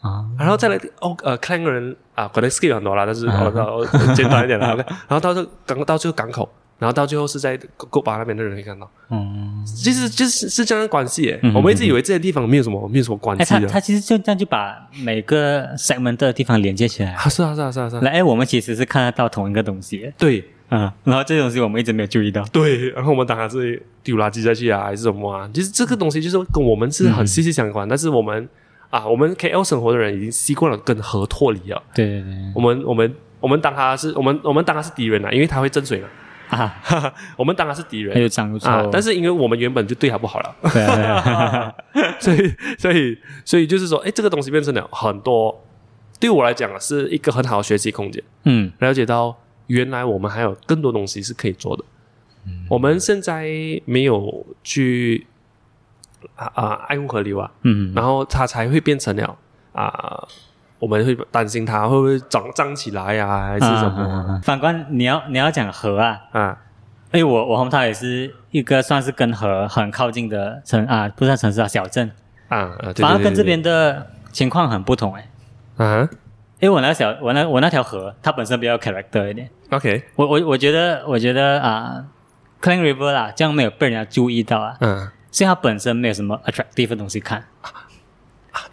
A: 啊，
B: 然后再来哦呃克兰人啊，可能 skip 了很多啦，但是
A: 啊
B: 我我我简短一点了，OK，然后到这港到最后港口。然后到最后是在古巴那边的人会看到，
A: 嗯，
B: 其实就是是这样的关系耶。
A: 嗯嗯
B: 我们一直以为这些地方没有什么没有什么关
A: 哎，
B: 系
A: 他
B: 的。
A: 他其实就这样就把每个 segment 的地方连接起 [laughs] 来，
B: 啊，是啊是啊是啊是啊，
A: 来，哎，我们其实是看得到同一个东西的，
B: 对，
A: 嗯，然后这东西我们一直没有注意到，
B: [laughs] 对，然后我们当然是丢垃圾下去啊，还是什么啊？其实这个东西就是跟我们是很息息相关，但是我们啊，我们 KL 生活的人已经习惯了跟河脱离了。
A: 对对对，
B: 啊我们我们我们当他是我们我们当他是敌人了、因为他会震水嘛。
A: 啊，
B: 我们当然是敌人
A: 还有长不错
B: 啊，，但是因为我们原本就对他不好了，
A: 对啊对 [laughs] 啊
B: 所以所以所以就是说，哎，这个东西变成了很多对我来讲啊是一个很好的学习空间，
A: 嗯
B: 了解到原来我们还有更多东西是可以做的。
A: 嗯
B: 我们现在没有去啊啊爱护河流啊，
A: [laughs] 嗯，
B: 然后它才会变成了啊，我们会担心它会不会长胀起来呀、还是什
A: 啊
B: 么
A: 啊啊反观你要你要讲河啊，
B: 啊？
A: 因为我我红桃也是一个算是跟河很靠近的城啊，不算城市啊，小镇，
B: 啊啊！对
A: 反而
B: 对对
A: 跟这
B: 对
A: 边的情况很不同哎、
B: 啊
A: 因为我那小我那我那条河，它本身比较有 character 一点。
B: ，OK，
A: 我我我觉得我觉得啊、c l e a n River 啦，这样没有被人家注意到啊，
B: 嗯、
A: 所以它本身没有什么 attractive 的东西看。 [laughs]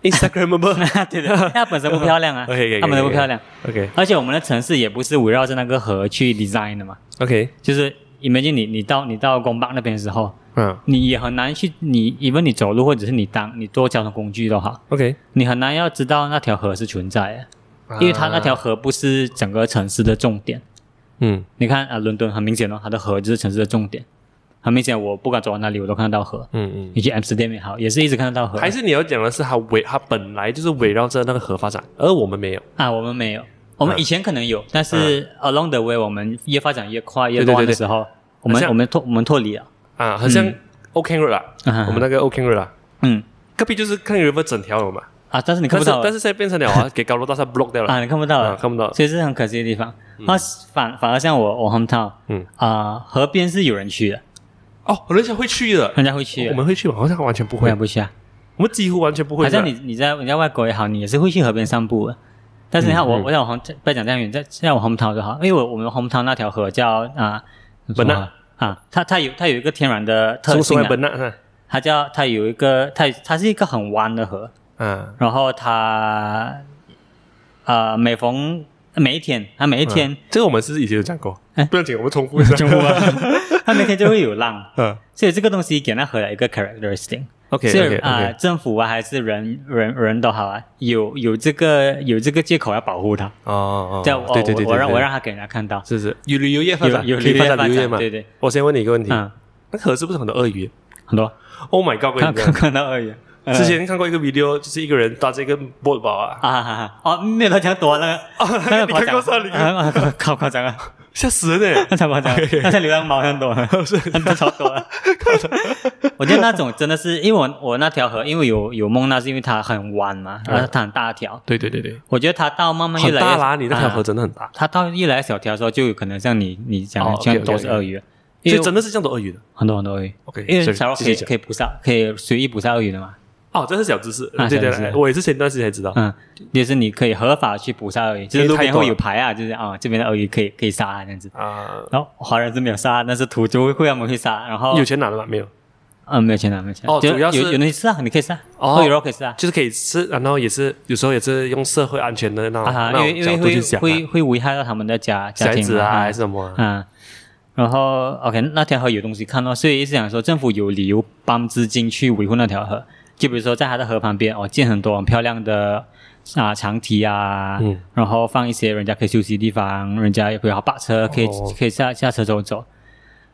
B: i n s t a g r a m m a b
A: 对的，因为它本身不漂亮啊，
B: [laughs] OK，OK，OK，OK
A: 它本身不漂亮，
B: OK
A: 而且我们的城市也不是围绕着那个河去 design 的嘛，
B: OK，
A: 就是 imagine 你你到你到工坝那边的时候，
B: 嗯
A: 你也很难去你 even 你走路或者是你当你坐交通工具都好，
B: ，OK，
A: 你很难要知道那条河是存在的。因为它那条
B: 啊
A: 河不是整个城市的重点。
B: 嗯
A: 你看啊，伦敦很明显哦，它的河就是城市的重点。很明显，我不管走到哪里，我都看得到河。
B: 嗯嗯，
A: 你去 Amsterdam 也好，也是一直看得到河。
B: 还是你要讲的是它围它本来就是围绕着那个河发展，而我们没有。
A: 啊，我们没有，我们
B: 嗯
A: 以前可能有，但是 along the way，我们越发展越快，越
B: 对对
A: 乱
B: 啊对
A: 的
B: 对
A: 时候，我
B: 好
A: 们
B: 像
A: 我们脱我们脱离了。
B: 啊，好
A: 嗯
B: 像 OK Road 啦，
A: 啊
B: 我们那个 OK Road 啦，
A: 嗯
B: 隔壁就是 k a n g River 整条了嘛，
A: 啊，但是你看
B: 但
A: 不
B: 是
A: 到啊，
B: 但是现在变成了啊，给高楼大厦 block 掉了，
A: 啊，你看不到
B: 啊，
A: 了，
B: 看不到，
A: 所以是很可惜的地方。啊，反反而像我我 hometown，
B: 嗯
A: 啊，河边是有人去的，
B: 哦，人家会去的，哦
A: 人家会去
B: 我
A: 的，
B: 们会去吗？好像完全不
A: 我
B: 会
A: 也，不去啊。
B: 我们几乎完全不会
A: 好
B: 的。
A: 像你你在你在外国也好，你也是会去河边散步的。但是你看我，
B: 嗯嗯
A: 我在我红不要讲这样远，在在我红桃就好，因为我我们红桃那条河叫啊什么啊啊，它它有它有一个天然的特
B: 从
A: 性、
B: 松来
A: 啊，
B: 本那哈，
A: 它叫它有一个它它是一个很弯的河，
B: 啊
A: 然后它呃每逢每一天它每一天
B: 嗯、这个我们是以前有讲过
A: 哎，
B: 不要紧，我们重复一下。
A: 中午啊， [laughs] 它每天就会有浪，
B: [laughs] 嗯
A: 所以这个东西给那河有一个 characteristic。
B: ，OK
A: 所
B: OK
A: 以啊、
B: OK，
A: 政府啊，还是人人人都好啊，有有这个有这个借口要保护它。
B: 哦哦，
A: 对，我
B: 对对对，
A: 我让
B: 对
A: 我让他给人家看到，
B: 是是有旅游业发展，
A: 有有
B: 可以
A: 旅游业发
B: 发展
A: 展
B: 旅游业嘛？
A: 对对。
B: 我先问你一个问题，
A: 嗯，
B: 那河是不是很多鳄鱼
A: 很多
B: ？Oh my god！我
A: 看
B: 跟
A: 看
B: 你讲，
A: 看到而已。呃
B: 之前看过一个 video，就是一个人搭着一个 boat 包啊，
A: 啊哈哈，哦，没有他讲多那个，那个
B: 哦你
A: 夸
B: 看
A: 张
B: 过上，你看
A: 啊，啊靠夸张
B: [laughs]
A: 啊，
B: 吓死人欸呢！
A: [laughs] 那才夸张，那才流浪猫像多，
B: 哦
A: [laughs] 那超
B: [laughs]
A: 多了。我觉得那种真的是，因为我我那条河，因为有有梦娜，是因为它很弯嘛，然后它很大条。
B: 对对对对，
A: 我觉得它到慢慢越
B: 嗯很
A: 来越
B: 大啦，你那条
A: 啊
B: 河真的很大，
A: 它到越来越小条的时候，就有可能像你你讲
B: 哦
A: 的，
B: ，OK，
A: 像都
B: OK，OK
A: 是鳄鱼，因
B: 所
A: 为
B: 以真的是这样多鳄鱼的。
A: 很多很多鳄鱼，
B: OK，
A: 因为
B: sorry，
A: 小肉可
B: 继
A: 以
B: 续讲
A: 可以捕杀，可以随意捕杀鳄鱼的嘛。
B: 哦，这是小知识，
A: 啊
B: 对对
A: 小知
B: 对，
A: 识
B: 我也是前段时间才知道。
A: 嗯，就是你可以合法去捕杀鳄鱼，就是路
B: 哦太
A: 边
B: 多了
A: 会有牌啊，就是啊、这边的鳄鱼可以可以杀啊这样子。
B: 啊，
A: 然后华人是没有杀，但是土著会会他们会杀，然后
B: 有钱拿的吗？没有，
A: 嗯没有钱拿没有钱拿
B: 哦
A: 就
B: 主要是
A: 有有东西吃啊，你可以杀，
B: 哦
A: 会有肉可以吃啊
B: 就是可以吃，然后也是有时候也是用社会安全的那种、
A: 啊，因
B: 哦那
A: 为
B: 种
A: 因为
B: 角度去
A: 会
B: 想、
A: 会
B: 啊，
A: 会危害到他们的家
B: 小
A: 家
B: 孩
A: 庭
B: 子
A: 嘛
B: 啊
A: 啊
B: 还是什么、啊，
A: 啊。然后 OK，那条河有东西看到，所以意思讲说政府有理由帮资金去维护那条河，就比如说在它的河旁边哦建很多很漂亮的啊长堤啊，
B: 嗯
A: 然后放一些人家可以休息的地方，人家也可以好把车，可以、
B: 哦
A: 可以下下车走走。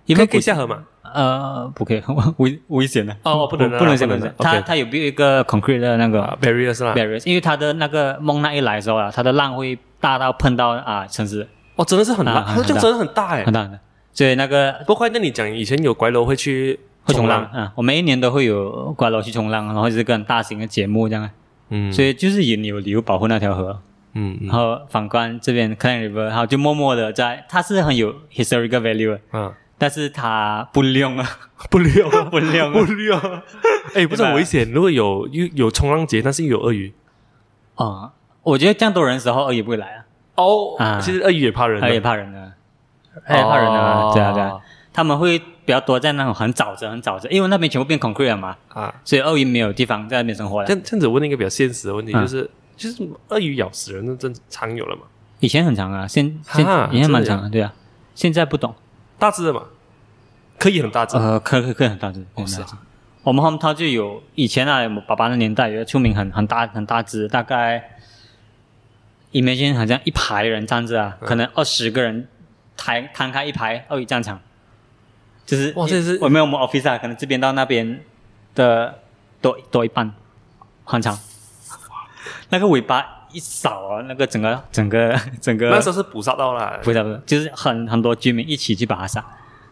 A: 因
B: 可
A: 为
B: 以可
A: 古
B: 以下河嘛？
A: 呃不可以， [laughs] 危危险的
B: 哦不能的
A: 不能
B: 不
A: 下
B: 能
A: 不能
B: 的
A: 它
B: OK
A: 它有没有一个 concrete 的那个
B: 啊，barrier 是啦。
A: barriers，因为它的那个梦那一来的时候啊，它的浪会大到碰到啊城市，
B: 哦，真的是很大，
A: 啊
B: 它就真的很大哎、
A: 很大很大，所以那个
B: 不过那你讲以前有拐楼会去
A: 会冲浪
B: 浪，
A: 啊，我们一年都会有瓜楼去冲浪，然后就是个很大型的节目这样啊，
B: 嗯，
A: 所以就是也有理由保护那条河。
B: 嗯嗯
A: 然后反观这边 c l a n River，然后就默默的在，它是很有 historical value，的
B: 啊， [laughs]
A: 但是它不利用啊，
B: 不溜
A: [laughs] 不利用
B: 不 [laughs]
A: 啊。
B: 溜，哎、不是很危险。如果有有有冲浪节，但是又有鳄鱼
A: 哦，我觉得这样多人的时候，鳄鱼不会来啊，
B: 哦
A: 啊
B: 其实鳄鱼也怕人的，
A: 它也怕人的，它也怕人的
B: 哦
A: 啊，对啊对啊，他们会比较多在那种很沼泽、很沼泽，因为那边全部变 concrete 了嘛，
B: 啊。
A: 所以鳄鱼没有地方在那边生活
B: 这
A: 了。
B: 样这样子问一个比较现实的问题，
A: 啊
B: 就是就是鳄鱼咬死人，那真常有了嘛？
A: 以前很长啊，现现
B: 啊
A: 以前蛮
B: 真的
A: 长的，对啊，现在不懂。
B: 大只的嘛，可以很大只。
A: 呃，可可可以很大只，可以很
B: 是
A: 大
B: 啊
A: 只。我们 hometown 就有以前啊，我爸爸那年代有出名很很大很大只，大概
B: 嗯
A: imagine 好像一排人站着啊，可能二十个人摊摊开一排鳄鱼战场，就是
B: 哇这是
A: 我没有我们 office 啊，可能这边到那边的多多一半，很长。那个尾巴一扫啊，那个整个整个整个
B: 那时候是捕杀到了，
A: 不是不是，就是很很多居民一起去把它杀。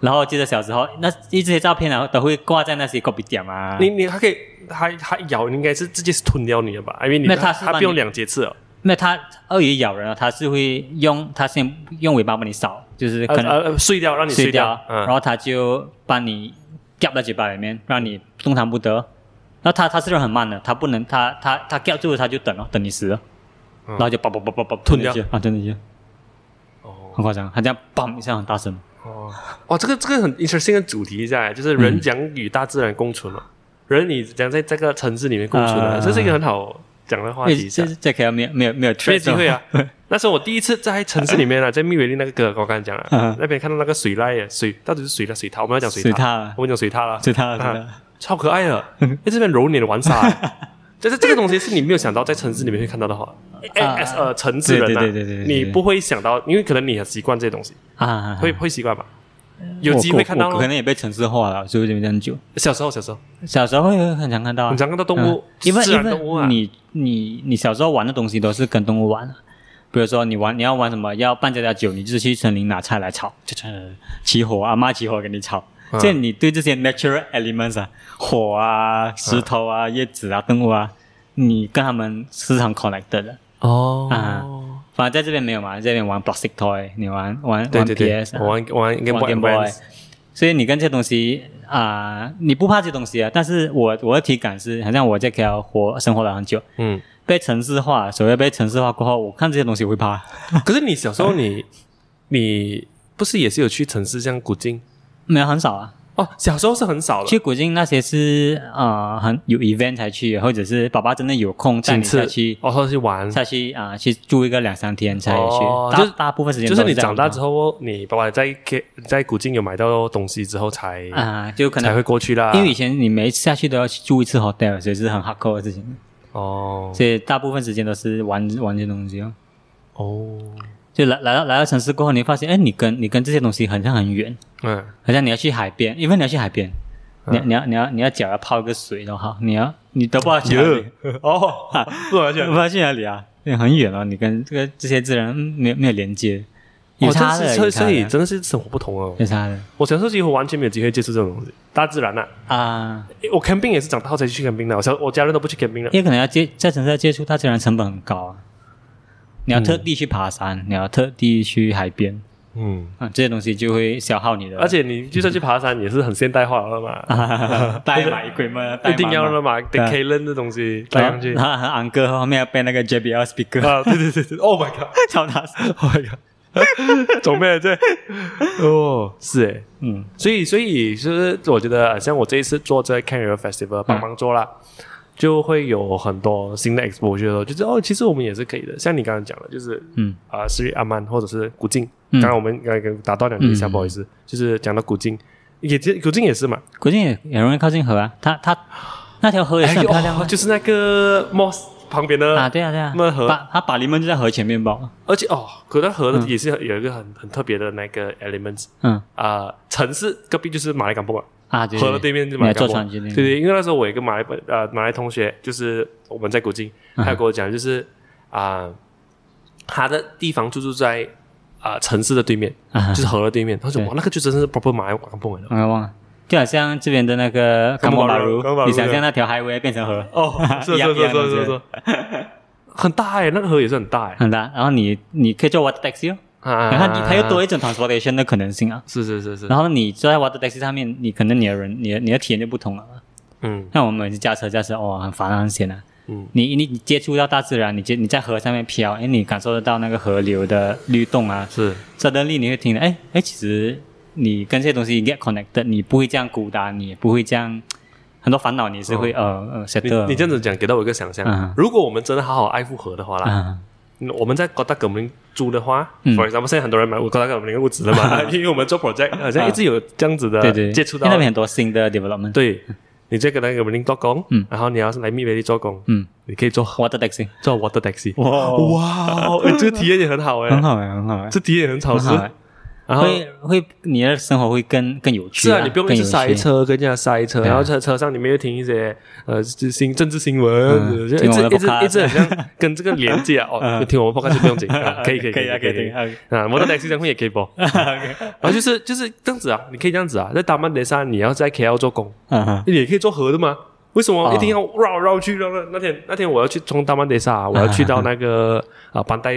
A: 然后记得小时候，那一这些照片然后都会挂在那些 copy 点啊。
B: 你你还可以，它它咬你应该是直接是吞掉你的吧？因为你
A: 没有
B: 它
A: 它是把
B: 它不用
A: 你
B: 两节刺哦，
A: 那它鳄鱼咬人啊，它是会用它先用尾巴帮你扫，就是
B: 呃
A: 可能
B: 呃呃碎掉让你
A: 碎
B: 掉
A: 掉，，
B: 嗯
A: 然，后它就把你夹到嘴巴里面，让你动弹不得。那它它是很慢的，它不能它它它夹住了它就等了，等你死了，
B: 嗯
A: 然后就叭叭叭叭叭
B: 吞掉
A: 进去啊，吞进去，
B: 哦
A: 很夸张，它这样砰一下很大声。
B: 哦哦，这个这个很 interesting 的主题在，就是
A: 嗯
B: 人讲与大自然共存了，人你讲在这个城市里面共存了，
A: 啊
B: 这是一个很好讲的话
A: 因为
B: 题。
A: 这这 K L 没有没有没有
B: 没有
A: trace
B: 机
A: [laughs]
B: 会啊！那时候我第一次在城市里面啊，在密维利那个歌，我刚才讲了
A: 嗯，
B: 那边看到那个水濑耶，水到底是水了水獭，我们要讲水
A: 水
B: 獭，
A: 獭
B: 我们讲水獭了，
A: 水獭
B: 啊
A: 水獭
B: 超可爱的，啊
A: [laughs]
B: 在这边揉你的玩耍欸，就是这个东西是你没有想到在城市里面会看到的话
A: 啊
B: ，as 呃城市人啊，
A: 对对对对对对
B: 你不会想到，因为可能你很习惯这些东西，
A: 啊，
B: 会会习惯吧？有机会看到
A: 我
B: 咯
A: 我可能也被城市化了，所以这么久。
B: 小时候小时候，
A: 小时候会会很常看到、啊，
B: 很常看到动物
A: 嗯因为
B: 自然动物啊
A: 因为你你你小时候玩的东西都是跟动物玩的，比如说你玩你要玩什么，要扮家家酒，你就是去森林拿菜来炒，就起火，阿妈起火给你炒。
B: 嗯
A: 这、你对这些 natural elements 啊，火啊、
B: 嗯
A: 石头啊、叶子啊、动物啊，你跟他们是很 connected 的。
B: 哦
A: 啊反正在这边没有嘛，在这边玩 plastic toy，你玩玩
B: 对对对
A: 玩 PS，、，啊、
B: 我玩我玩 Game
A: 玩
B: Boy
A: Game Boy，
B: Advance
A: 所以你跟这些东西啊、你不怕这些东西啊。但是我我的体感是，好像我在 KL 活生活了很久，
B: 嗯，
A: 被城市化，所谓被城市化过后，我看这些东西我会怕。
B: 可是你小时候你你不是也是有去城市像古晋
A: 没有很少啊，
B: 哦？小时候是很少的，
A: 去古晋那些是啊、很有 event 才去，或者是爸爸真的有空带
B: 仅
A: 你下
B: 次
A: 去
B: 哦，或者去玩，
A: 下去啊、去住一个两三天才去，
B: 哦
A: 大
B: 就是
A: 大部分时间
B: 就是你长大
A: 后
B: 之后，你爸爸在 K 在古晋有买到东西之后才
A: 啊、就可
B: 才
A: 能
B: 会过去啦。
A: 因为以前你每一次下去都要去住一次 hotel，所以是很 hardcore 的事情，
B: 哦
A: 所以大部分时间都是玩玩这东西哦。
B: 哦，
A: 就来来到来到城市过后，你会发现，哎，你跟你跟这些东西很像很远，
B: 嗯，
A: 好像你要去海边，因为你要去海边，你你要你要你要脚要泡个水都好，你要你都不知道去哪里，
B: 哦，
A: 啊
B: 不完
A: [laughs] 不知道去哪里啊，你很远哦，你跟这个这些自然嗯没有没有连接，有
B: 哦，真
A: 差
B: 是
A: 的，
B: 所
A: 有
B: 以
A: 差
B: 所以
A: 的，
B: 真的是生活不同哦。
A: 有差的
B: 我小时候几乎完全没有机会接触这种东西，大自然呐、啊。
A: 啊，
B: 诶我 camping 也是长大后才去 camping 的，我小我家人都不去 camping 的。
A: 因为可能要接在城市接触大自然成本很高啊，你要特地去爬山，你要特地去海边
B: 嗯，
A: 啊，这些东西就会消耗你的，
B: 而且你就算去爬山也是很现代化了嘛，
A: [laughs] 带买鬼嘛，带
B: [laughs] 一定要
A: 买
B: 了嘛，得
A: 对啊
B: K 扔这东西带
A: [laughs]
B: 上去
A: 然后然后昂哥后面要被那个 JBL speaker
B: 啊，对对对对，Oh my god！
A: 超
B: [laughs]
A: 大声，
B: 哎呀， [laughs] 总妹
A: [laughs]
B: 这哦，是哎，
A: 嗯，
B: 所以所以就是我觉得，呃像我这一次做这 Can Real Festival
A: 嗯
B: 帮忙做啦，就会有很多新的 exposure，咯就是哦，其实我们也是可以的。像你刚刚讲的，就是
A: 嗯
B: 啊，是阿曼或者是古晋，
A: 嗯
B: 刚刚我们刚刚打断两句一下，
A: 嗯
B: 不好意思，就是讲到古晋，也古晋也是嘛，
A: 古晋也也容易靠近河啊，它它那条河也是很漂亮
B: 哎
A: 啊
B: 哦，就是那个 Moss 旁边的
A: 啊，对啊对啊，
B: 那河
A: 把它把黎门就在河前面吧，
B: 而且哦，可那河的也是有一个很很特别的那个 element
A: 嗯
B: 啊、城市隔壁就是马来港埠啊，
A: 啊，对
B: 河的对面就是马
A: 你
B: 来
A: 还坐
B: 港埠。
A: 船去那
B: 对
A: 边
B: 对，因为那时候我有一个马来本呃马来同学，就是我们在古晋，
A: 嗯
B: 他有跟我讲，就是啊、他的地方就住在啊、城市的对面，
A: 啊 [laughs]
B: 就，是河的对面。他说
A: 对
B: 哇，那个就真是 proper 马来
A: [laughs]
B: 港埠来的。
A: 我忘了，就好像这边的那个
B: 甘
A: 甘
B: 宝
A: 宝
B: 马
A: 马
B: 路甘宝
A: 路，
B: 马
A: 你
B: 路
A: 想象那条 highway 变成河，
B: 哦，是
A: 一
B: 是
A: 样
B: 是是
A: 一
B: 是
A: 样
B: 是，很大哎、那个河也是很大哎、
A: 很大， [laughs] 然后你你可以坐 water taxi 哦，
B: 啊，
A: 然后你它又多一种 transportation 的可能性啊，
B: 是是是是，
A: 然后你坐在 water taxi 上面，你可能你的人你的你的体验就不同了。
B: 嗯
A: 像我们每次驾车驾车，哦，很烦啊，很险啊。
B: 嗯
A: 你你你接触到大自然，你接你在河上面飘，哎，你感受得到那个河流的律动啊。
B: 是
A: Suddenly 你会听到，哎哎，其实你跟这些东西 get connected，你不会这样孤单，你也不会这样很多烦恼，你是会、呃呃 settle
B: 哦你你这样子讲，给到我一个想象。
A: 嗯
B: 如果我们真的好好爱护河的话啦，
A: 啊
B: 嗯我们在 Kota g e m i n 租的话、
A: 嗯
B: f o r example，现在很多人买 Kota g e m i n 的屋子了嘛， [laughs] 因为我们做 project 好像一直有这样子的
A: 对对，
B: 呃接触
A: 因
B: 到。
A: 为那边很多新的 development，，
B: 对，你在 Kota g e m i n 做工，
A: 嗯
B: 然后你要是来密维利做工，
A: 嗯
B: 你可以做
A: ，water taxi，
B: 做 water taxi。
A: 哇，
B: 哇，诶这个体验也很好哎、
A: 很好哎，很好哎，
B: 这体验也很好
A: 很
B: 吃
A: 好哎。
B: 然后
A: 会会你的生活会更更有趣、
B: 是啊，你不用
A: 更
B: 一
A: 有
B: 直塞
A: 趣。
B: 车，跟人家塞车，
A: 对啊
B: 然后车车上你们又听一些呃这新政治新闻，
A: 嗯
B: 就一
A: 听我
B: 直
A: 们的
B: 一直
A: podcast
B: 一直很像跟这个连接
A: [laughs]
B: 啊。哦，
A: 嗯
B: 就听我们 podcast 不用紧，啊可以可以
A: [laughs] 可以啊，可以听。啊
B: 啊，摩托 taxi 将会也可以播，然后啊就是就是这样子啊，你可以这样子啊，在达曼德萨你要在 KL 做工，
A: [laughs] 嗯
B: [laughs]
A: 哼，
B: 你也可以做河的嘛？为什么
A: 啊
B: 一定要绕来绕去绕那那天那天我要去从达曼德萨，我要去到那个啊班代，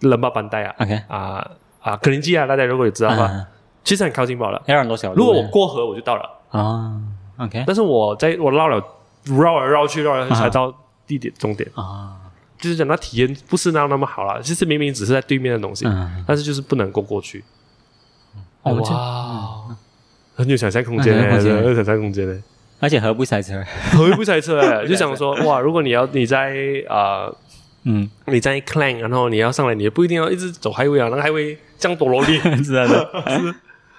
B: 冷巴班代啊
A: OK
B: 啊啊可林基啊，大家如果有知道的话，
A: 嗯
B: 其实很靠近罢了。
A: 要让多少路呢？
B: 如果我过河我就到了。
A: 啊，OK
B: [laughs] 但是我在我绕了绕来绕去绕来绕去才到地点终点，
A: 啊，
B: 就是讲那体验不是那那么好啦。其实明明只是在对面的东西，
A: 嗯，
B: 但是就是不能够过去。
A: 哦我这
B: 哇，很有想象空间
A: 嗯很有
B: 嘞，
A: 空间
B: 很有想象空
A: [laughs]
B: 间嘞。
A: 而且何不塞车？
B: 头一不塞车
A: [laughs]
B: 嘞，就想说哇，如果你要你在啊。
A: 嗯， [laughs]
B: 你在 clang，然后你要上来，你也不一定要一直走 highway 啊，那个 highway 降多萝莉
A: [laughs] 是啊，是啊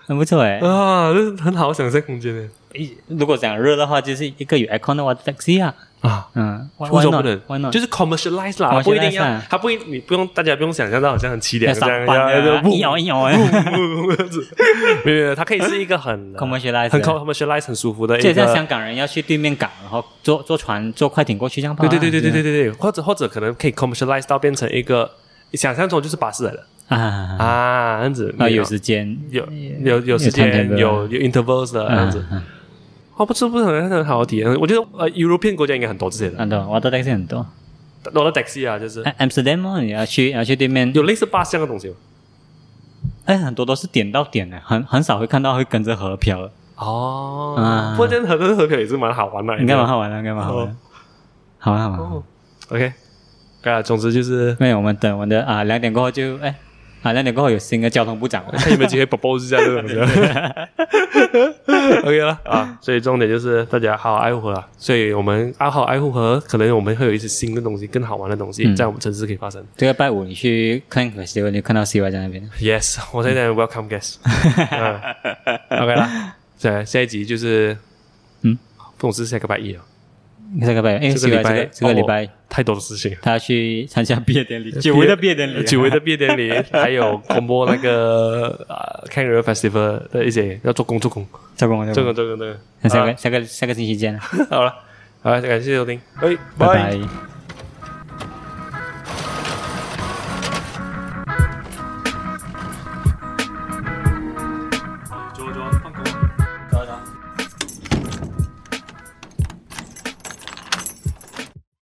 A: 很不错哎。
B: 啊，这很好想象空间欸嘞
A: 一如果讲热的话，就是一个有 aircon 的话，taxi 啊，
B: 啊，
A: 嗯，
B: 为什么不
A: why
B: 能？
A: not？
B: 就是 commercialize 啦，不一定
A: commercialize
B: 要
A: 啊，
B: 它不一，你不用，大家不用想象到好像很凄
A: 要
B: 凉
A: 上
B: 这样，
A: 班
B: 要
A: 啊
B: 要，不
A: 一摇一摇哎 [laughs]
B: 没有没有，它可以是一个很
A: ，commercialize，
B: 很 commercialize 很舒服的一
A: 啊就像
B: 个。
A: 香港人要去对面港，然后坐坐船坐快艇过去这样啊吧。
B: 对对对对对对对对，或者或者可能可以 commercialize 到变成一个想象中就是巴士来的
A: 啊啊，
B: 啊，这样子，
A: 然后有时间
B: 有有有时间
A: timetable
B: 有有 intervals 的这样子，
A: 嗯
B: 哦，不是不是很很好的体验，我觉得呃 European 国家应该很多这些的，
A: 很多，我的 taxi 啊很多。
B: 我的 taxi 啊，就是
A: 哎 Amsterdam 哦，你要去你要去对面，
B: 有类似巴士这样的东西吗
A: 哎，很多都是点到点的，很很少会看到会跟着河漂的，
B: 哦
A: 啊，
B: 不过这样合合合票也是蛮好玩的，
A: 应该蛮好玩的，应该蛮好玩的
B: 哦，
A: 好玩好玩。
B: 哦，OK，啊，总之就是
A: 没有，我们等我们的啊两点过后就哎啊两点过后有新的交通部长了，
B: 看有没有机会 propose 一下这个
A: [laughs]
B: 东西。OK 了啊，所以重点就是大家好好爱护河啦。所以我们好好爱护河，可能我们会有一些新的东西、更好玩的东西
A: 嗯
B: 在我们城市可以发生。
A: 这个拜五你去看 c l a s 你看到 CY 在那边，
B: Yes，我在那边 welcome guest。
A: [laughs]
B: 嗯 OK 啦，下下一集就是
A: 嗯，
B: 不懂是下个拜一啊，
A: 这个拜五因为
B: 这
A: CY 这
B: 个礼拜
A: 个这个礼
B: 哦
A: 拜
B: 太多的事情了。
A: 他要去参加毕业典
B: [laughs]
A: 礼， [laughs] 久违的毕业典礼， [laughs]
B: 久违的毕业典礼，还有公播那个 [laughs] 呃 k a n g a r o o Festival 的一些要做工做工，啊
A: 做工做
B: 这
A: 工，
B: 个这个这个。
A: 那下
B: 好
A: 个下个下个星期见了，
B: 了，好了，好，感谢收听，哎，
A: 拜
B: 拜。
A: 拜。